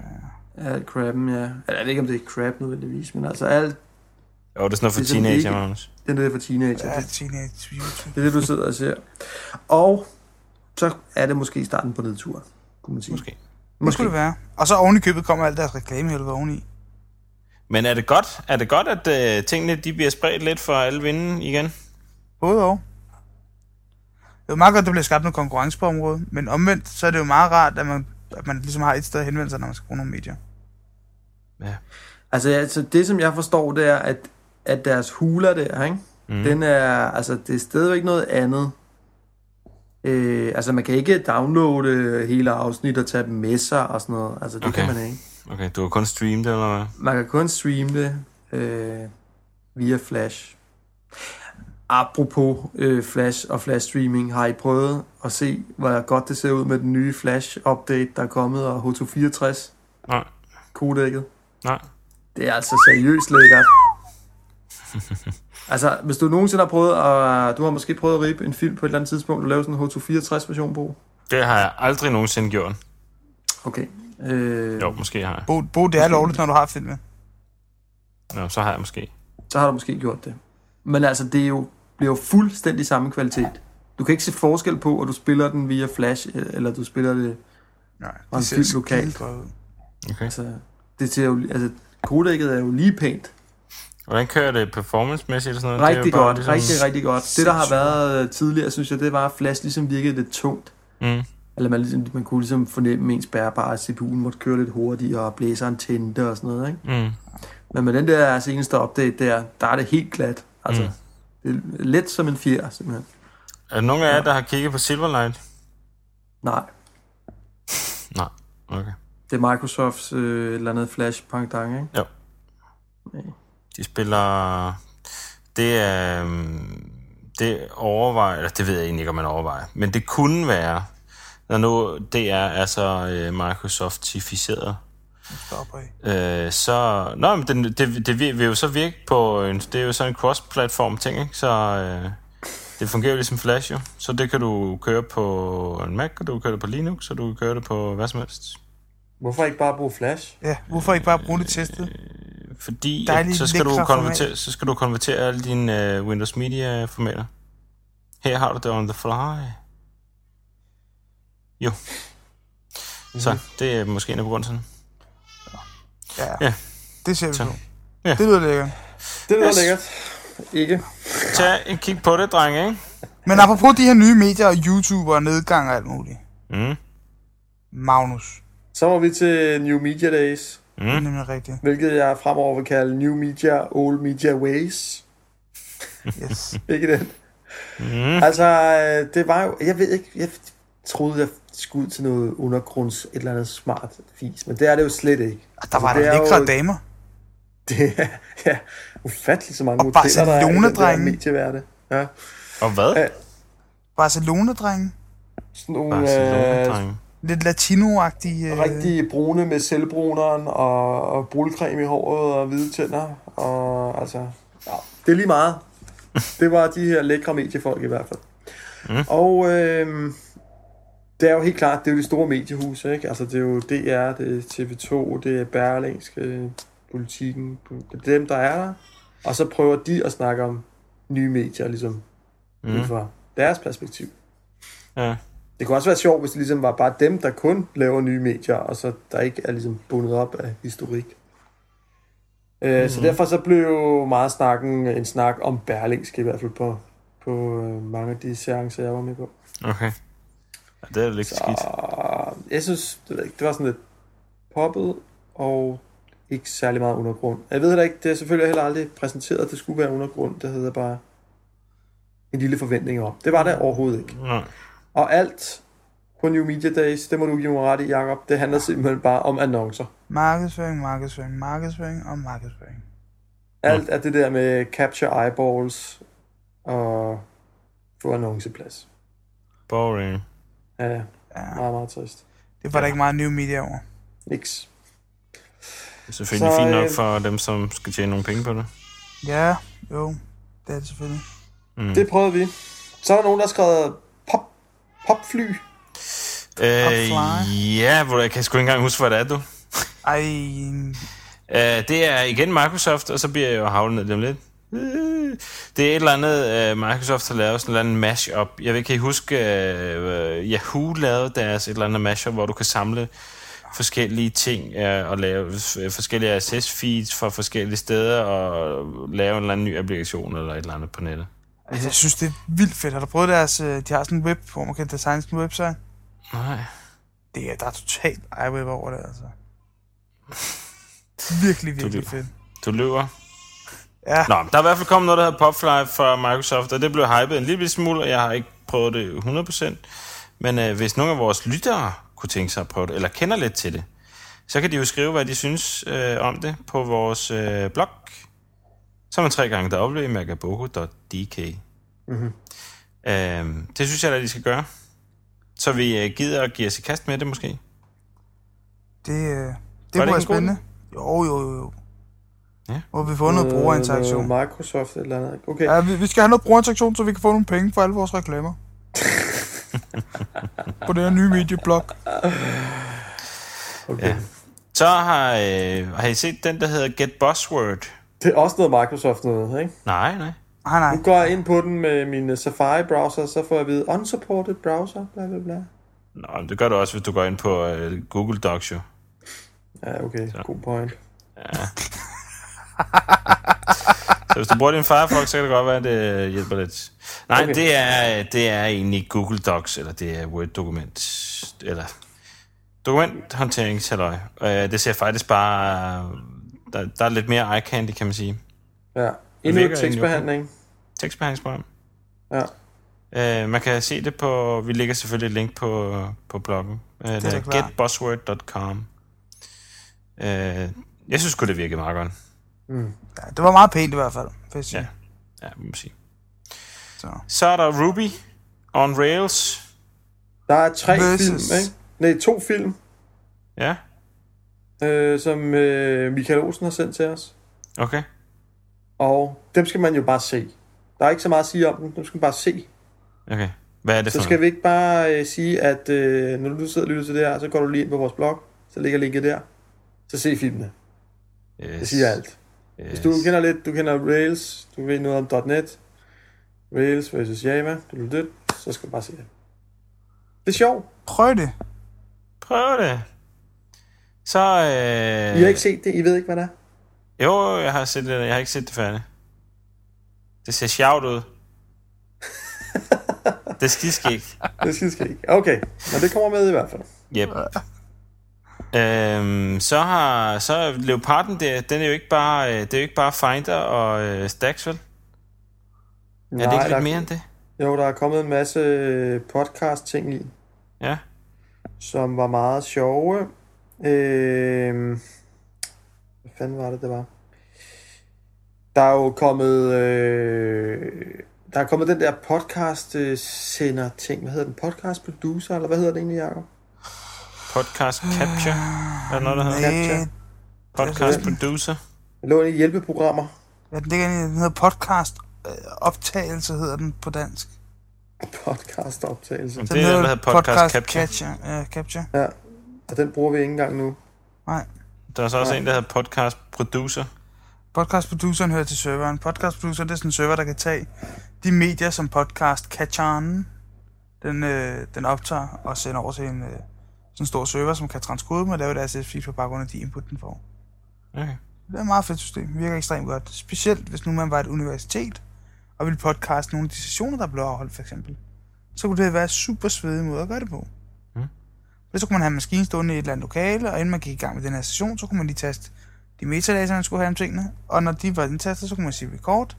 Alt crabben, ja. Eller Jeg ved ikke, om det er crap nødvendigvis, men altså alt Jo, det er sådan noget for Det er sådan teenager, ikke- Magnus. det der for teenager, Ja, ja. teenage YouTube. det er det, du sidder og ser. Og så er det måske starten på nedturen, kunne man sige. Måske. Det skulle det være. Og så oven i købet kommer alt deres reklamehelvede oveni. Men er det godt, er det godt at øh, tingene de bliver spredt lidt for alle vinden igen? Både og. Det er jo meget godt, at der bliver skabt noget konkurrence på området, men omvendt, så er det jo meget rart, at man, at man ligesom har et sted at henvende sig, når man skal bruge nogle medier. Ja. Altså, altså det, som jeg forstår, det er, at, at deres huler der, ikke? Mhm. Mm. den er, altså, det er stadigvæk noget andet. Øh, altså, man kan ikke downloade hele afsnit og tage dem med sig og sådan noget. Altså, det okay. Okay. kan man ikke. Okay, du har kun streamet det, eller hvad? Man kan kun streame det øh, via Flash. Apropos øh, Flash og Flash streaming, har I prøvet at se, hvor godt det ser ud med den nye Flash-update, der er kommet, og H264? Nej. Kodækket? Nej. Det er altså seriøst lækkert. altså, hvis du nogensinde har prøvet at... Du har måske prøvet at ribe en film på et eller andet tidspunkt, og lave sådan en H264-version på. Det har jeg aldrig nogensinde gjort. Okay. Øh, Jo, måske har jeg. Bo, Bo det er lovligt, når du har filmen. Nå, så har jeg måske. så har du måske gjort det. Men altså, det er jo, bliver jo fuldstændig samme kvalitet. Du kan ikke se forskel på, at du spiller den via Flash, øh, eller du spiller det... Nej, Og en film lokalt. skidegodt ud. Okay. Altså, det ser jo... Altså, kodækket er jo lige pænt. Hvordan kører det performancemæssigt og sådan noget? Rigtig det er jo bare godt, ligesom... rigtig, rigtig godt. Det, der har Sindssygt. været øh, tidligere, synes jeg, det var, at Flash ligesom virkede lidt tungt. Mm. Eller man, ligesom, man kunne ligesom fornemme ens bærbare, at CPU'en måtte køre lidt hurtigere, og blæseren tændte og sådan noget, ikke? Mm. Men med den der seneste update der, der er det helt glat. Altså, mm. det er let som en fjer, simpelthen. Er der nogen af jer, der har kigget på Silverlight? Nej, Nej. Okay. det er Microsofts øh, et eller andet flash pangdang, ikke? De spiller... Det er... øhm, Det overvejer... Eller det ved jeg egentlig ikke, om man overvejer. Men det kunne være, når nu DR er så øh, Microsoft-tificeret, Stop af. øh, så... Nå, men det, det, det vil vil jo så virke på... En, det er jo sådan en cross-platform ting, ikke? Så øh, det fungerer jo ligesom Flash, jo. Så det kan du køre på en Mac, og du kan køre det på Linux, og du kan køre det på hvad som helst. Hvorfor ikke bare bruge flash? Ja, hvorfor ikke bare bruge det testet? Fordi at, Dejligt så, skal du lækre konvertere, så skal du konvertere alle dine uh, Windows Media formater. Her har du det on the fly. Jo. Så det er måske en af begrundelserne. Ja, Ja. det ser vi Så. på. Ja. Det lyder lækkert. Det lyder Yes. yes. lækkert. Ikke? Tag en kig på det, drenge, ikke? Men apropos de her nye medier og YouTube og nedgang og alt muligt. Mm. Magnus, Så var vi til New Media Days, det er Mm. <laughs> nemlig rigtigt. hvilket jeg fremover vil kalde New Media Old Media Ways. Yes. Ikke den? Mm. Altså, øh, det var jo... Jeg ved ikke... Jeg troede, jeg skulle ud til noget undergrunds... Et eller andet smart fis, men det er det jo slet ikke. <laughs> Og der var det der er lækre jo- damer. Det er ja, ufatteligt så mange Og modeller, der er i den der Barcelona-drenge. medieværte. Ja. Og hvad? Ja, Barcelona-drenge. Sådan nogle øh, Barcelona, Lidt latinoagtige. øh, rigtig brune med selvbruneren og, og brulcreme i håret og hvide tænder. Og, altså, ja, det er lige meget. det var de her lækre mediefolk i hvert fald. Mm. Og øh, det er jo helt klart, det er jo de store mediehuse, ikke? Altså, det er jo DR, det er TV2, det er Berlingske, Politiken, det er dem, der er der. Og så prøver de at snakke om nye medier, ligesom, mm. ud fra deres perspektiv. Ja. Det kunne også være sjovt, hvis det ligesom var bare dem, der kun laver nye medier, og så der ikke er ligesom bundet op af historik. Øh, mm. Så derfor så blev jo meget snakken en snak om Berlingske, i hvert fald på, på øh, mange af de seancer, jeg var med på. Okay. Ja, det er lidt så... skidt. Og jeg synes, det, ved jeg ikke, det var sådan lidt poppet, og ikke særlig meget undergrund. Jeg ved heller ikke, det er selvfølgelig heller aldrig præsenteret, at det skulle være undergrund. Det hedder bare en lille forventning om. Det var der overhovedet ikke. Nej. Og alt på New Media Days, det må du give mig ret i, Jacob, det handler simpelthen bare om annoncer. Markedsføring, markedsføring, markedsføring og markedsføring. Alt er det der med capture eyeballs og få annonceplads. Boring. Ja, ja. Ja, meget, meget trist. det var der ikke meget new media over. Niks. Det er Selvfølgelig Så, fint nok øh, for dem, som skal tjene nogle penge på det. Ja, jo, det er det selvfølgelig. Mm. Det prøvede vi. Så er der nogen, der har skrevet pop, popfly. Øh, fly. ja, hvor jeg kan sgu ikke engang huske, hvad det er, du. Ej, Øh, det er igen Microsoft, og så bliver jeg jo havlet ned lige om lidt. Øh, Det er et eller andet, øh, Microsoft har lavet sådan en eller anden mashup. Jeg ved- kan ikke huske, øh, øh, Yahoo lavede deres et eller andet mashup, hvor du kan samle forskellige ting øh, og lave øh, forskellige RSS-feeds fra forskellige steder og lave en eller anden ny applikation eller et eller andet på nettet. altså, jeg synes, det er vildt fedt. Har du prøvet deres... øh, De har sådan en web, hvor man kan designe sådan en website. Nej. Det er, der er totalt iWeb over det, altså. Virkelig, virkelig lyver. fedt. Du løber. Ja. Nå, der er i hvert fald kommet noget, der hedder Popfly fra Microsoft, og det blev hypet en lille smule, og jeg har ikke prøvet det 100%. Men øh, hvis nogle af vores lyttere kunne tænke sig at prøve det, eller kender lidt til det, så kan de jo skrive, hvad de synes øh, om det på vores øh, blog, som er tre gange der i magabogo.dk. Mhm. Øhm, det synes jeg da, de skal gøre. Så vi øh, gider at give os i kast med det måske. Det, øh, det ikke kunne være en god spændende. Jo, jo, jo, jo. Ja. Hvor vi får Øh, noget brugerinteraktion. Noget Microsoft eller andet. Okay. Ja, vi, vi skal have noget brugerinteraktion, så vi kan få nogle penge for alle <laughs> vores reklamer. på det her nye medieblog. okay. ja. Så har, øh, har I set den, der hedder Get Buzzword? Det er også noget Microsoft noget, ikke? Nej, nej. Nej, nej. Nu går jeg ind på den med min øh, Safari-browser, så får jeg at vide, unsupported browser, bla bla bla. Nå, men det gør du også, hvis du går ind på øh, Google Docs, jo. Ja, okay. Så. God point. Så hvis du bruger din Firefox, så kan det godt være, at det øh, hjælper lidt. Nej, okay. Okay. det, er, øh, det er egentlig Google Docs, eller det er Word-dokument, eller dokumenthåndteringshalløj. Øh, det ser faktisk bare... øh, Der, der er lidt mere eye-candy, kan man sige. Ja. Endnu ligger et tekstbehandling. Tekstbehandlingsprogram. Ja. Øh, man kan se det på... Vi lægger selvfølgelig et link på, på bloggen. Øh, det da er klart. getbuzzword.com. Øh, jeg synes sgu, det virkede meget godt. Mm. Ja, det var meget pænt i hvert fald, vil jeg sige. Ja. Ja, må man sige. Så. Så er der Ruby on Rails. Der er tre Versus. film, ikke? Nej, to film, Ja, øh, som øh, Michael Olsen har sendt til os. okay. Og dem skal man jo bare se. Der er ikke så meget at sige om dem, dem skal man bare se. okay. Hvad er det for Så skal noget? vi ikke bare øh, sige, at øh, når du sidder og lytter til det her, så går du lige ind på vores blog, så ligger linket der. Så se filmene. Yes. Det siger alt. Yes. Hvis du kender lidt, du kender Rails, du ved noget om .NET, Rails versus Java, du lytter det, så skal du bare se det. Det er sjovt. Prøv det. Prøv det. Så... Øh... I har ikke set det, I ved ikke, hvad det er. Jo, jeg har, set det. jeg har ikke set det færdigt. Det ser sjovt <laughs> ud. det er skidskægt. Det skal ske. Okay, men det kommer med i hvert fald. Yep. Øhm, så har så er leoparden der, den er jo ikke bare øh, det er jo ikke bare Finder og øh, Stax, vel? Er det ikke der, lidt mere end det? Jo, der er kommet en masse podcast-ting i, Ja. som var meget sjove. Øh, hvad fanden var det, det var? Der er jo kommet... Øh, der er kommet den der podcast-sender-ting. Hvad hedder den? Podcast-producer, eller hvad hedder det egentlig, Jacob? Podcast Capture. Er der noget, der hedder? Øh, Podcast Producer. Det lå inde i hjælpeprogrammer. ja, den ligger inde i- den hedder podcast øh, optagelse hedder den på dansk. <laughs> Podcast-optagelse. Det er den, der hedder Podcast Capture. Catcher, uh, Capture. Ja, og den bruger vi ikke engang nu. Nej. Der er så også en, der hedder Podcast Producer. Podcastproduceren hører til serveren. Podcastproduceren, det er sådan en server, der kan tage de medier, som podcast catcheren, den, øh, den optager og sender over til en øh, sådan en stor server, som kan transkode dem og lave deres feed på baggrund af de input, den får. Okay. Det er et meget fedt system. Virker ekstremt godt. Specielt hvis nu man var et universitet og ville podcaste nogle af de sessioner, der blev afholdt, for eksempel. Så kunne det være en super svedig måde at gøre det på. Mm. Men så kunne man have maskinen stående i et eller andet lokale, og inden man gik i gang med den her session, så kunne man lige taste de metadata, man skulle have om tingene. Og når de var indtastet, så kunne man sige record.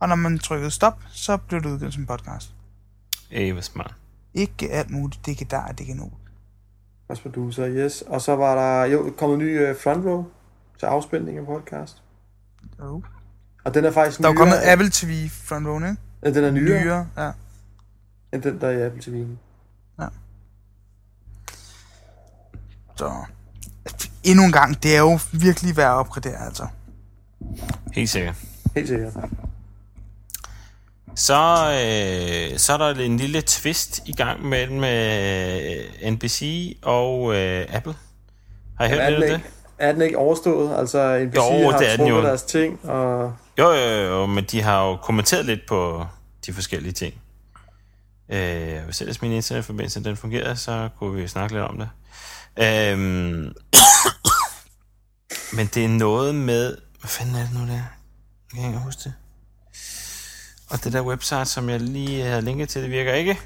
Og når man trykkede stop, så blev det udgivet som podcast. Ej, hvor smart. Ikke alt muligt. Det kan der, og det kan nu. Også producer, yes. Og så var der jo kommet en ny øh, front row til afspilning af podcast. Oh. Og den er faktisk Der er jo nyere, kommet Apple TV front row, ikke? ja, den er nyere, nyere, Nyere, ja. end den, der er i Apple TV. Så endnu en gang, det er jo virkelig værd at opgradere, altså. Helt sikkert. Helt sikkert. Så, øh, så er der en lille twist i gang mellem øh, NBC og øh, Apple. Har I hørt er, lidt den af ikke, det? er den ikke overstået? Altså, NBC Jo, har det er den trukket jo. deres ting, og Jo, jo, jo, men de har jo kommenteret lidt på de forskellige ting. Øh, hvis ellers min internetforbindelse den fungerer, så kunne vi snakke lidt om det. Øh, <coughs> men det er noget med... Hvad fanden er det nu, der? Jeg kan ikke engang huske det. Og det der website, som jeg lige havde linket til, det virker ikke. <clears throat>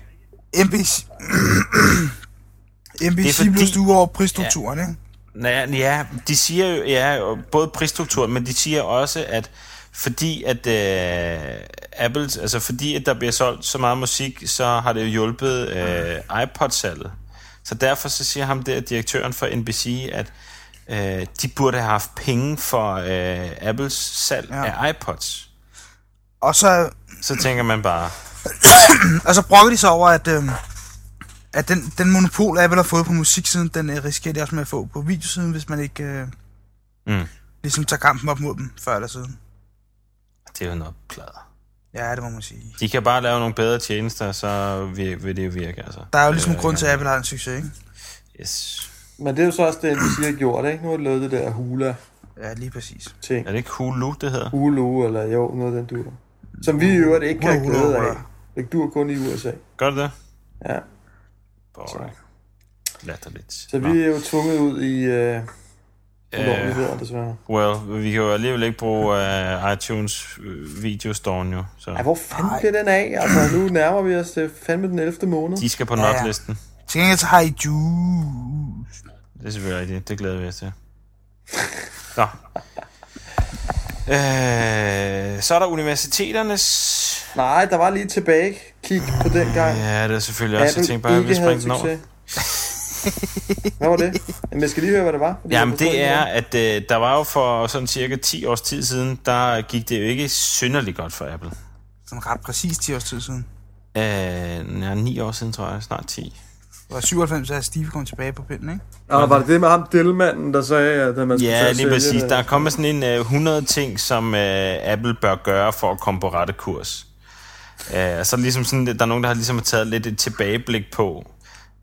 MBC... MBC fordi- fordi... blev stuet over prisstrukturen, ja. ikke? Ja, ja, de siger jo, ja, og både prisstrukturen, men de siger også, at fordi at øh, Apples, altså fordi at der bliver solgt så meget musik, så har det jo hjulpet øh, iPod-salget. Så derfor så siger ham der, direktøren for NBC, at øh, de burde have haft penge for øh, Apples salg ja. Ja. af iPods. Og så, Så tænker man bare, og så brokker de sig over, at, øh, at den, den monopol, Apple har fået på musiksiden, den øh, risikerer de også med at få på videosiden, hvis man ikke øh, mm, ligesom tager kampen op mod dem før eller siden. det er jo noget plader. Ja, det må man sige. De kan bare lave nogle bedre tjenester, så vil, vil det jo virke, altså. Der er jo ligesom Øh, grund til, at Apple har en succes, ikke? Yes. men det er jo så også det, NBC har gjort, ikke? Nu har de lavet det der hula-ting. Ja, lige præcis. Er det ikke Hulu, det hedder? Hulu, eller jo, noget af den dur. Som vi i øvrigt ikke kan have Hulu, glæde ja. af. Det dur kun i USA. Gør det det? Ja. Boring. Latterligt. Så vi er jo tvunget ud i øh, ulovligheder, Øh, desværre. well, vi kan jo alligevel ikke bruge uh, iTunes øh, Video Store jo. Ej, Så. hvor fanden bliver den af? Altså, nu nærmer vi os til fandme den 11. måned. De skal på Ja, ja. notlisten. Til gengæld så har I Juice. Det er selvfølgelig rigtigt. Det glæder vi <laughs> os til. Nå. Øh, så er der universiteternes... Nej, der var lige tilbage kig på den gang. Ja, det er selvfølgelig også. Apple Jeg tænkte bare, at vi ikke havde springe den over. succes. Hvad var det? Jamen, jeg skal lige høre, hvad det var. fordi Jamen jeg forstod det ikke er, noget. at øh, der var jo for sådan cirka 10 års tid siden, der gik det jo ikke synderligt godt for Apple. Sådan ret præcis 10 års tid siden. Øh, ja, 9 år siden, tror jeg. Snart 10. Det var 97, da Steve kom tilbage på pinden, ikke? Og Ah, var det det med ham, Dillmanden, der sagde, at man skulle til Ja, at lige sælge præcis. det? Der er kommet sådan en øh, 100 ting, som øh, Apple bør gøre for at komme på rette kurs. Øh, og så er det ligesom sådan, der er nogen, der har ligesom taget lidt et tilbageblik på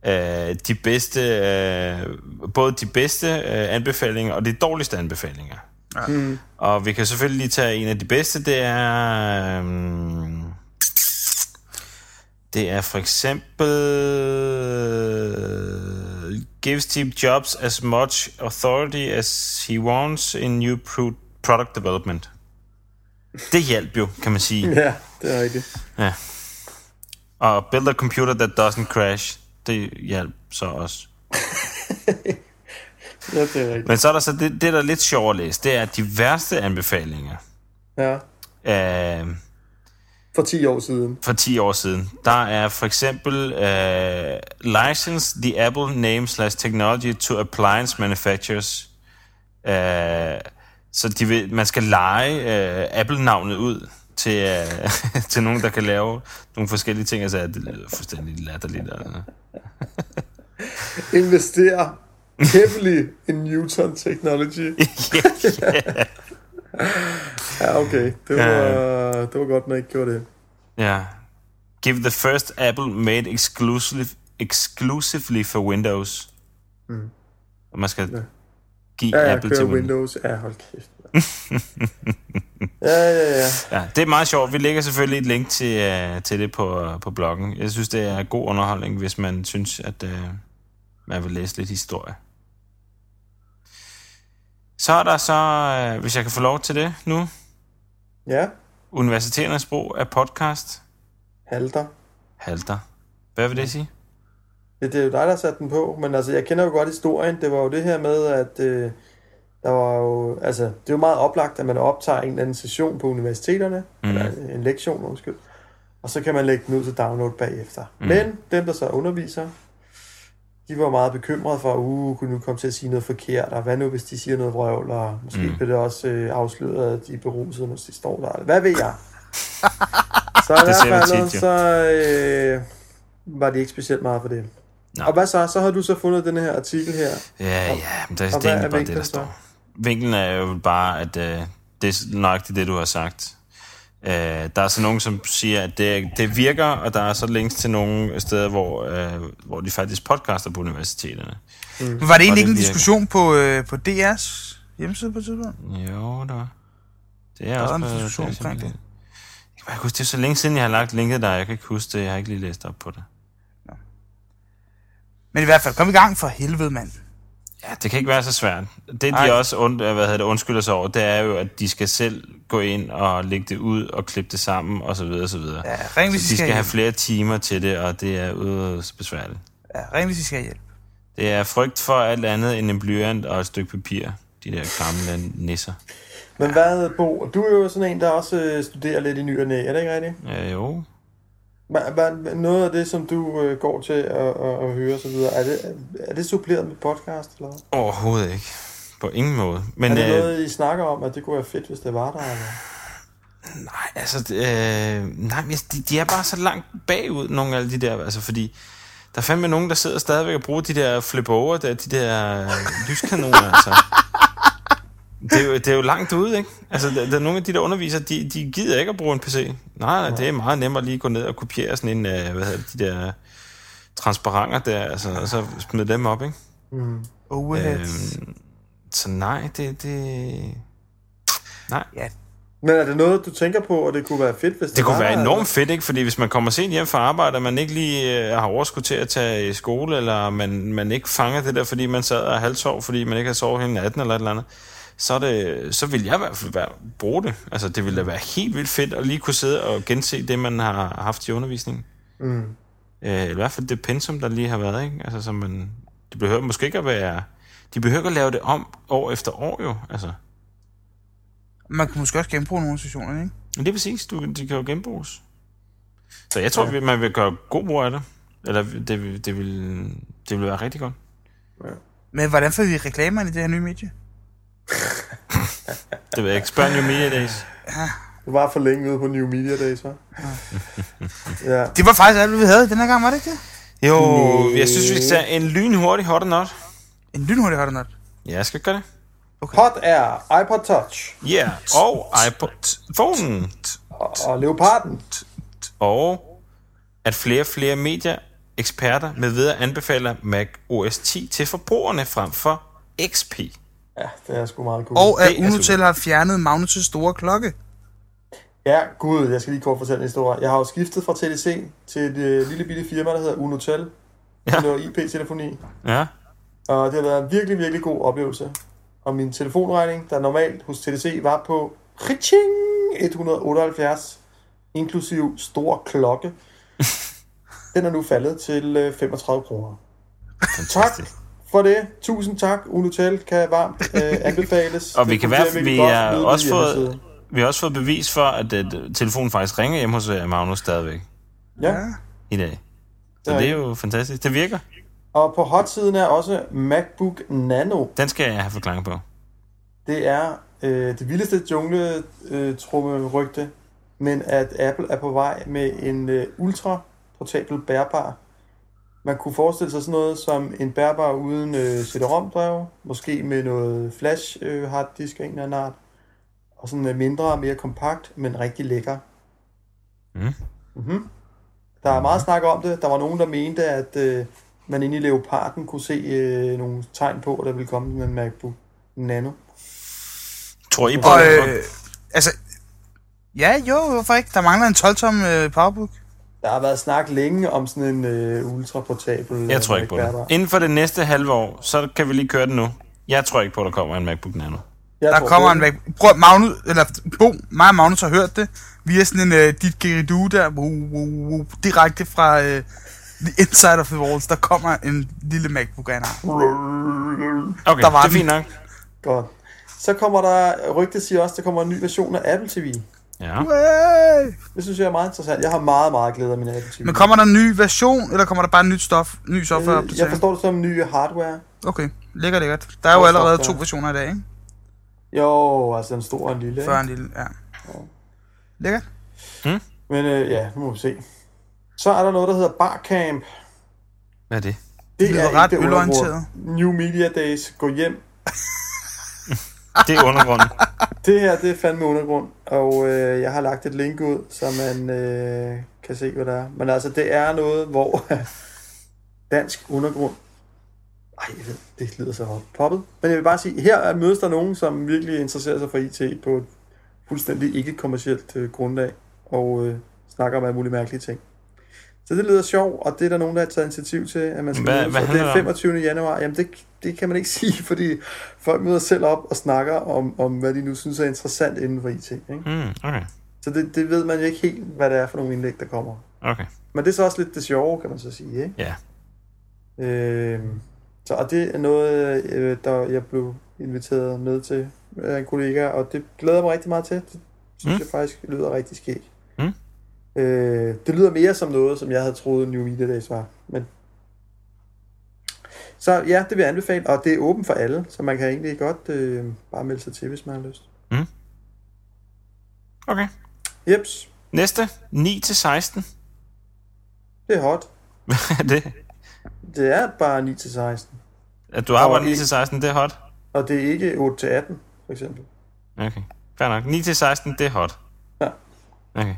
øh, de bedste, øh, både de bedste øh, anbefalinger og de dårligste anbefalinger. Ja. Mm. Og vi kan selvfølgelig lige tage en af de bedste, det er... Øh, det er for eksempel gives Steve Jobs as much authority as he wants in new pro- product development. Det hjalp jo, kan man <laughs> sige. Ja, det er rigtigt. Og build a computer that doesn't crash. Det hjalp så også. Ja, det er rigtigt. Men så er der så det, det der er lidt sjovt at læse. Det er de værste anbefalinger. Ja, Øh, for 10 år siden. for 10 år siden. Der er for eksempel øh, license the Apple name slash technology to appliance manufacturers. Øh, så de vil, man skal lege øh, Apple-navnet ud til, øh, <laughs> til nogen, der kan lave nogle forskellige ting. Altså, det lyder fuldstændig latterligt. altså. Eller. <laughs> Investere heavily in Newton Technology. ja, Ja, okay. Det var var, det var godt, når jeg ikke gjorde det. Ja. Give the first Apple made exclusively, exclusively for Windows. Mm. Og man skal Ja. give Ja, jeg Apple til kører Windows. Windows. Ja, hold kæft. mand. <laughs> ja, ja, ja. Ja, det er meget sjovt. Vi lægger selvfølgelig et link til, uh, til det på, uh, på bloggen. Jeg synes, det er god underholdning, hvis man synes, at uh, man vil læse lidt historie. Så er der så, uh, hvis jeg kan få lov til det nu, Ja, Universiteternes brug af podcast halter. halter. Hvad vil det sige? Det, det er jo dig, der har sat den på, men altså, jeg kender jo godt historien. Det var jo det her med, at øh, der var jo, altså, det er jo meget oplagt, at man optager en eller anden session på universiteterne, Mm. mm. eller en lektion, undskyld, og så kan man lægge den ud til download bagefter. Mm. Men dem, der så underviser, de var meget bekymrede for, uh, kunne nu komme til at sige noget forkert, og hvad nu, hvis de siger noget vrøvl, og måske Mm. mm. bliver det også øh, afsløret, at de er berusede, mens de står der. eller Hvad <laughs> ved jeg? Så i Det ser man hvert fald, tit, jo. så øh, var de ikke specielt meget for det. Nå. Og hvad så? Så har du så fundet den her artikel her. Ja, ja, men det, det hvad er er egentlig bare det, der vinklen så? står. Vinklen er jo bare, at øh, det er nøjagtigt det, du har sagt. Øh, der er så nogen, som siger, at det, det virker, og der er så links til nogle steder, hvor, øh, hvor de faktisk podcaster på universiteterne. Var det egentlig ikke en virker. diskussion på, øh, på DR's hjemmeside på et tidspunkt? Jo, der Det er Der også er en på- diskussion det er omkring det. simpelthen- Jeg kan ikke huske, det er så længe siden, jeg har lagt linket der. Jeg kan ikke huske det. Jeg har ikke lige læst op på det. Men i hvert fald, kom i gang for helvede, mand. Ja, det kan ikke være så svært. Det, Nej. de også und, øh, hvad hedder det, undskylder sig over, det er jo, at de skal selv gå ind og lægge det ud og klippe det sammen, og så videre, og så videre. Ja, ring, hvis Så I skal, de skal have hjælp. flere timer til det, og det er ude besværligt. Ja, ring, hvis I skal hjælpe. Det er frygt for alt andet end en blyant og et stykke papir. De der gamle nisser. Men hvad, Bo? Du er jo sådan en, der også øh, studerer lidt i ny og næ, er det ikke rigtigt? Ja, Øh, jo. Hva- hva- Noget af det, som du øh, går til at, at, at høre osv., er det, er det suppleret med podcast? Eller? hvad? Overhovedet ikke. På ingen måde. Men, Er det øh, noget, I snakker om, at det kunne være fedt, hvis det var der? Eller? Nej, altså, det, øh, nej, men de, de er bare så langt bagud, nogle af de der, altså, fordi der er fandme nogen, der sidder stadigvæk og bruger de der flip over, der, de der øh, lyskanoner, altså. Det er, jo, det er jo langt ude, ikke? Altså, der, der er nogle af de der undervisere, de, de gider ikke at bruge en PC. Nej, nej, det er meget nemmere lige at gå ned og kopiere sådan en, øh, hvad hedder det, de der transparenter der, altså, og så smide dem op, ikke? Mm. Overheads. Øhm, så nej, det, det, Men er det noget, du tænker på, at det kunne være fedt, hvis det, Det kunne var være der, enormt fedt, ikke? Fordi hvis man kommer sent hjem fra arbejde, og man ikke lige øh, har overskud til at tage i skole, eller man, man ikke fanger det der, fordi man sad og halvsov, fordi man ikke har sovet hele natten eller et eller andet, så, er det, så vil jeg i hvert fald være, bruge det. Altså, det ville da være helt vildt fedt at lige kunne sidde og gense det, man har haft i undervisningen. eller? Mm. Øh, I hvert fald det pensum, der lige har været, ikke? Altså, som man... Det behøver måske ikke at være... De behøver ikke at lave det om år efter år, jo. Altså, Man kan måske også genbruge nogle sessioner, ikke? Men det er præcis, du, de kan jo genbruges. Så jeg tror, ja. man vil gøre god brug af det. Eller det, vil- det, vil, det vil være rigtig godt. Men hvordan får vi reklamerne i det her nye medie? Det ved jeg ikke. Spørg New Media Days. Du var for længe ude på New Media <laughs> Days, hva'? ja. Det var faktisk alt, hvad vi havde den her gang, var det ikke det? Jo, jeg synes, vi skal tage en lynhurtig hot or not. En lynhurtig hot or not. Ja, jeg skal gøre det. Hot Air, iPod Touch Ja, yeah. og iPod-fonen. og, og Leoparden. Og at flere og flere medier, eksperter med videre anbefaler Mac OS 10 til forbrugerne frem for XP. Ja, det er sgu meget cool. Og at Det er Unotel har fjernet Magnus' store klokke. Ja, gud, jeg skal lige kort fortælle en historie. Jeg har jo skiftet fra TDC til et øh, lille bitte firma, der hedder Unotel. Ja. Ja. Det var IP-telefoni. Ja. Og det har været en virkelig, virkelig god oplevelse. Og min telefonregning, der normalt hos TDC var på Riching 178, inklusiv stor <laughs> klokke, den er nu faldet til øh, 35 kroner. Tak Fantastisk. for det. Tusind tak. Unotel kan varmt <laughs> øh, anbefales. Og vi Det kan fungerer være, virkelig vi godt har nede på også hjemmesiden. fået, vi har også fået bevis for, at, øh, telefonen faktisk ringer hjemme hos øh, Magnus stadigvæk Ja. i dag. Så Ja. det er jo fantastisk. Det virker. Og på hot-siden er også MacBook Nano. Den skal jeg have forklaring på. Det er øh, det vildeste jungle øh, rygte, men at Apple er på vej med en øh, ultra portabel bærbar. Man kunne forestille sig sådan noget som en bærbar uden øh, CD-ROM-drev, måske med noget flash øh, harddisk af en eller anden art, og sådan øh, mindre og mere kompakt, men rigtig lækker Mm. Mm-hmm. Der er meget snak om det. Der var nogen, der mente, at øh, man inde i Leoparden kunne se øh, nogle tegn på, at der ville komme med en MacBook Nano. Tror I på Og, det? øh, altså, ja, jo, hvorfor ikke? Der mangler en 12-tom øh, powerbook. Der har været snak længe om sådan en øh, ultraportabel... Jeg tror ikke på det. Inden for det næste halve år, så kan vi lige køre den nu. Jeg tror ikke på, at der kommer en MacBook Nano. Jeg Der tror kommer på en det. væk. Prøv, Magnus, eller Bo, mig og Magnus har hørt det. Vi er sådan en uh, dit Geridu der, uh, uh, uh, direkte fra uh, The Inside of the Walls. Der kommer en lille MacBook, han har. Okay, Der var det er den. fint nok. Godt. Så kommer der, rygtet siger også, der kommer en ny version af Apple TV. Ja. Hey! Det synes jeg er meget interessant. Jeg har meget, meget glæde af min Apple TV. Men kommer der en ny version, eller kommer der bare nyt stof, ny software øh, Jeg opdatering? forstår det som ny hardware. Okay, lækker, lækkert. Der er jo Hvor allerede to software? versioner i dag, ikke? Jo, altså en stor og en lille. Før Ikke? en lille, ja. Lækkert. Men øh, ja, nu må vi se. Så er der noget, der hedder Barcamp. Hvad er det? Det lyder er ret ikke undergrund. ølorienteret. New Media Days, gå hjem. Det er undergrunden. Det her, det er fandme undergrund. Og øh, jeg har lagt et link ud, så man øh, kan se, hvad der er. Men altså, det er noget, hvor <laughs> dansk undergrund... Ej, jeg ved, det lyder så hot poppet. Men jeg vil bare sige, her er- mødes der nogen, som virkelig interesserer sig for IT på et fuldstændig ikke-kommercielt øh, grundlag. Og øh, snakker om alle mulige mærkelige ting. Så det lyder sjovt, og det er der nogen, der har taget initiativ til, at man skal Hvad- mødes, hvad og det handler det er om? 25. januar. Jamen, det, det kan man ikke <laughs> sige, fordi folk møder selv op og snakker om, om hvad de nu synes er interessant inden for IT. Ikke? Mm, okay. Så det, det ved man jo ikke helt, hvad det er for nogle indlæg, der kommer. Okay. Men det er så også lidt det sjove, kan man så sige. Ikke? Ja. Øhm, så og det er noget, øh, der jeg blev inviteret med til af en kollega, og det glæder jeg mig rigtig meget til. Det synes Mm. mm. jeg faktisk lyder rigtig skægt. Mm. Øh, det lyder mere som noget, som jeg havde troet New Media Days var. Men... Så ja, det vil jeg anbefale, og det er åbent for alle, så man kan egentlig godt øh, bare melde sig til, hvis man har lyst. Okay. Jeps, Næste. 9-16. det er hot. Hvad <laughs> er det? Det er bare 9-16, At du arbejder Og 9-16, i- det er hot? og det er ikke 8-18, for eksempel. Okay. Fair nok. 9-16, det er hot. Ja. Okay.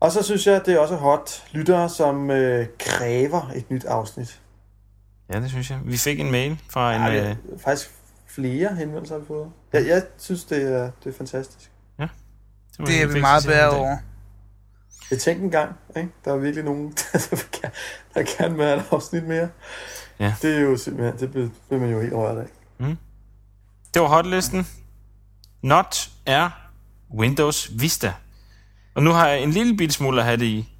Og så synes jeg, at det er også hot lyttere, som øh, kræver et nyt afsnit. Ja, det synes jeg. Vi fik en mail fra en... Ej, øh, det er faktisk flere henvendelser har vi fået. Jeg, jeg synes, det er, det er fantastisk. var Det er en, vi fik meget til bedre senere i dag. over. Jeg tænkte engang, ikke? der er virkelig nogen, <laughs> der kan, der kan være et afsnit mere. Ja. Det er jo simpelthen, det bliver, bliver man jo helt rørt af. Det var hotlisten. Not er Windows Vista. Og nu har jeg en lille bit smule at have det i.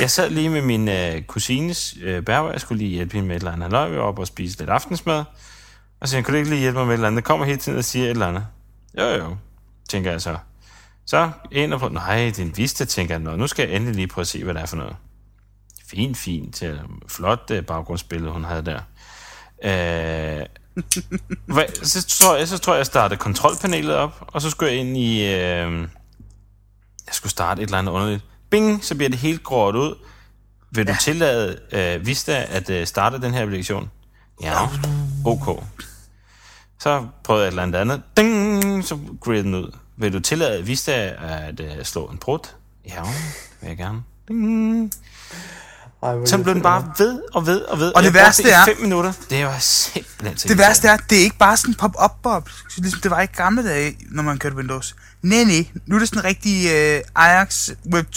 Jeg sad lige med min øh, kusines øh, bærvær. Jeg skulle lige hjælpe hende med et eller andet løg. Vi var oppe og spise lidt aftensmad. Og så siger, hun, kunne du ikke lige hjælpe mig med et eller andet? Der kommer hele tiden og siger et eller andet. Jo, jo, tænker jeg så. Så ind og på, nej, det er en Vista, tænker jeg. Nå, nu skal jeg endelig lige prøve at se, hvad det er for noget. Fint, fint. øh, Flot øh, baggrundsbillede, hun havde der. Øh, hvad, så, tror jeg, så tror jeg, jeg startede kontrolpanelet op, og så skulle jeg ind i... Øh, jeg skulle starte et eller andet underligt. Bing, så bliver det helt gråt ud. Vil du ja. tillade øh, Vista at øh, starte den her applikation? Ja, ok. Så prøvede jeg et eller andet andet. Ding, så grillede den ud. Vil du tillade Vista at øh, slå en brud? Ja, det vil jeg gerne. Ding. Ej, hvor Så blev den bare ved og ved og ved. det jeg brugte værste i er- fem minutter. Det var simpelthen Det værste er, at det er ikke bare sådan en pop-up bob, ligesom det var i gamle dage, når man kørte Windows. Nej, nej, nu er det sådan en rigtig øh, Ajax Web 2.0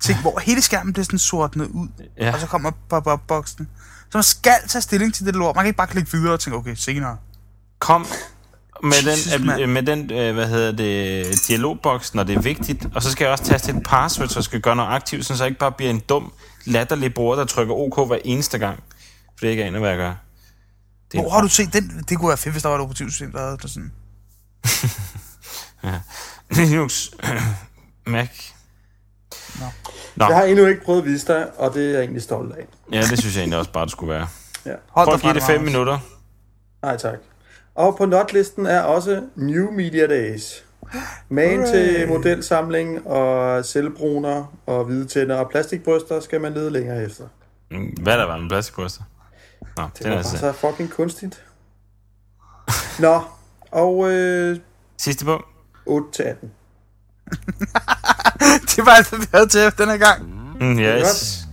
ting, hvor hele skærmen bliver sådan sortnet ud, Ja. og så kommer pop-up boksen. Så man skal tage stilling til det lort. Man kan ikke bare klikke videre og tænke, okay, senere. kom med Jesus, den, mand. øh, med den øh, hvad hedder det, dialogboks, når det er vigtigt. Og så skal jeg også taste et password, så jeg skal gøre noget aktivt, så jeg ikke bare bliver en dum, latterlig bruger, der trykker OK hver eneste gang. For det er ikke aner, hvad jeg gør. Det er Hvor har du set den? Det kunne være fedt, hvis der var et operativsystem, der havde det sådan. <laughs> Linux, <coughs> Mac. Nå. Nå, Jeg har endnu ikke prøvet Vista, og det er jeg egentlig stolt af. ja, det synes jeg egentlig også bare, det skulle være. Ja. Hold Prøv dig at fra give det fem Magnus. minutter. Nej, tak. Og på notlisten er også New Media Days. Magen til modelsamling og selvbruner og hvide tænder og plastikbryster skal man lede længere efter. Mm, Hvad er der var en plastikbryster? Nå, det, Det er var altså bare så fucking kunstigt. Nå, og øh, sidste punkt. 8 til 18. det var alt, hvad vi havde til den her gang. Mm, yes.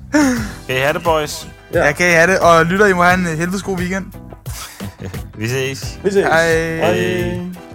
Kan I have det, boys? Ja. Jeg kan I have det, og lytter, I må have en øh, helvedes god weekend. Vi ses. Vi ses. Hej. Hej.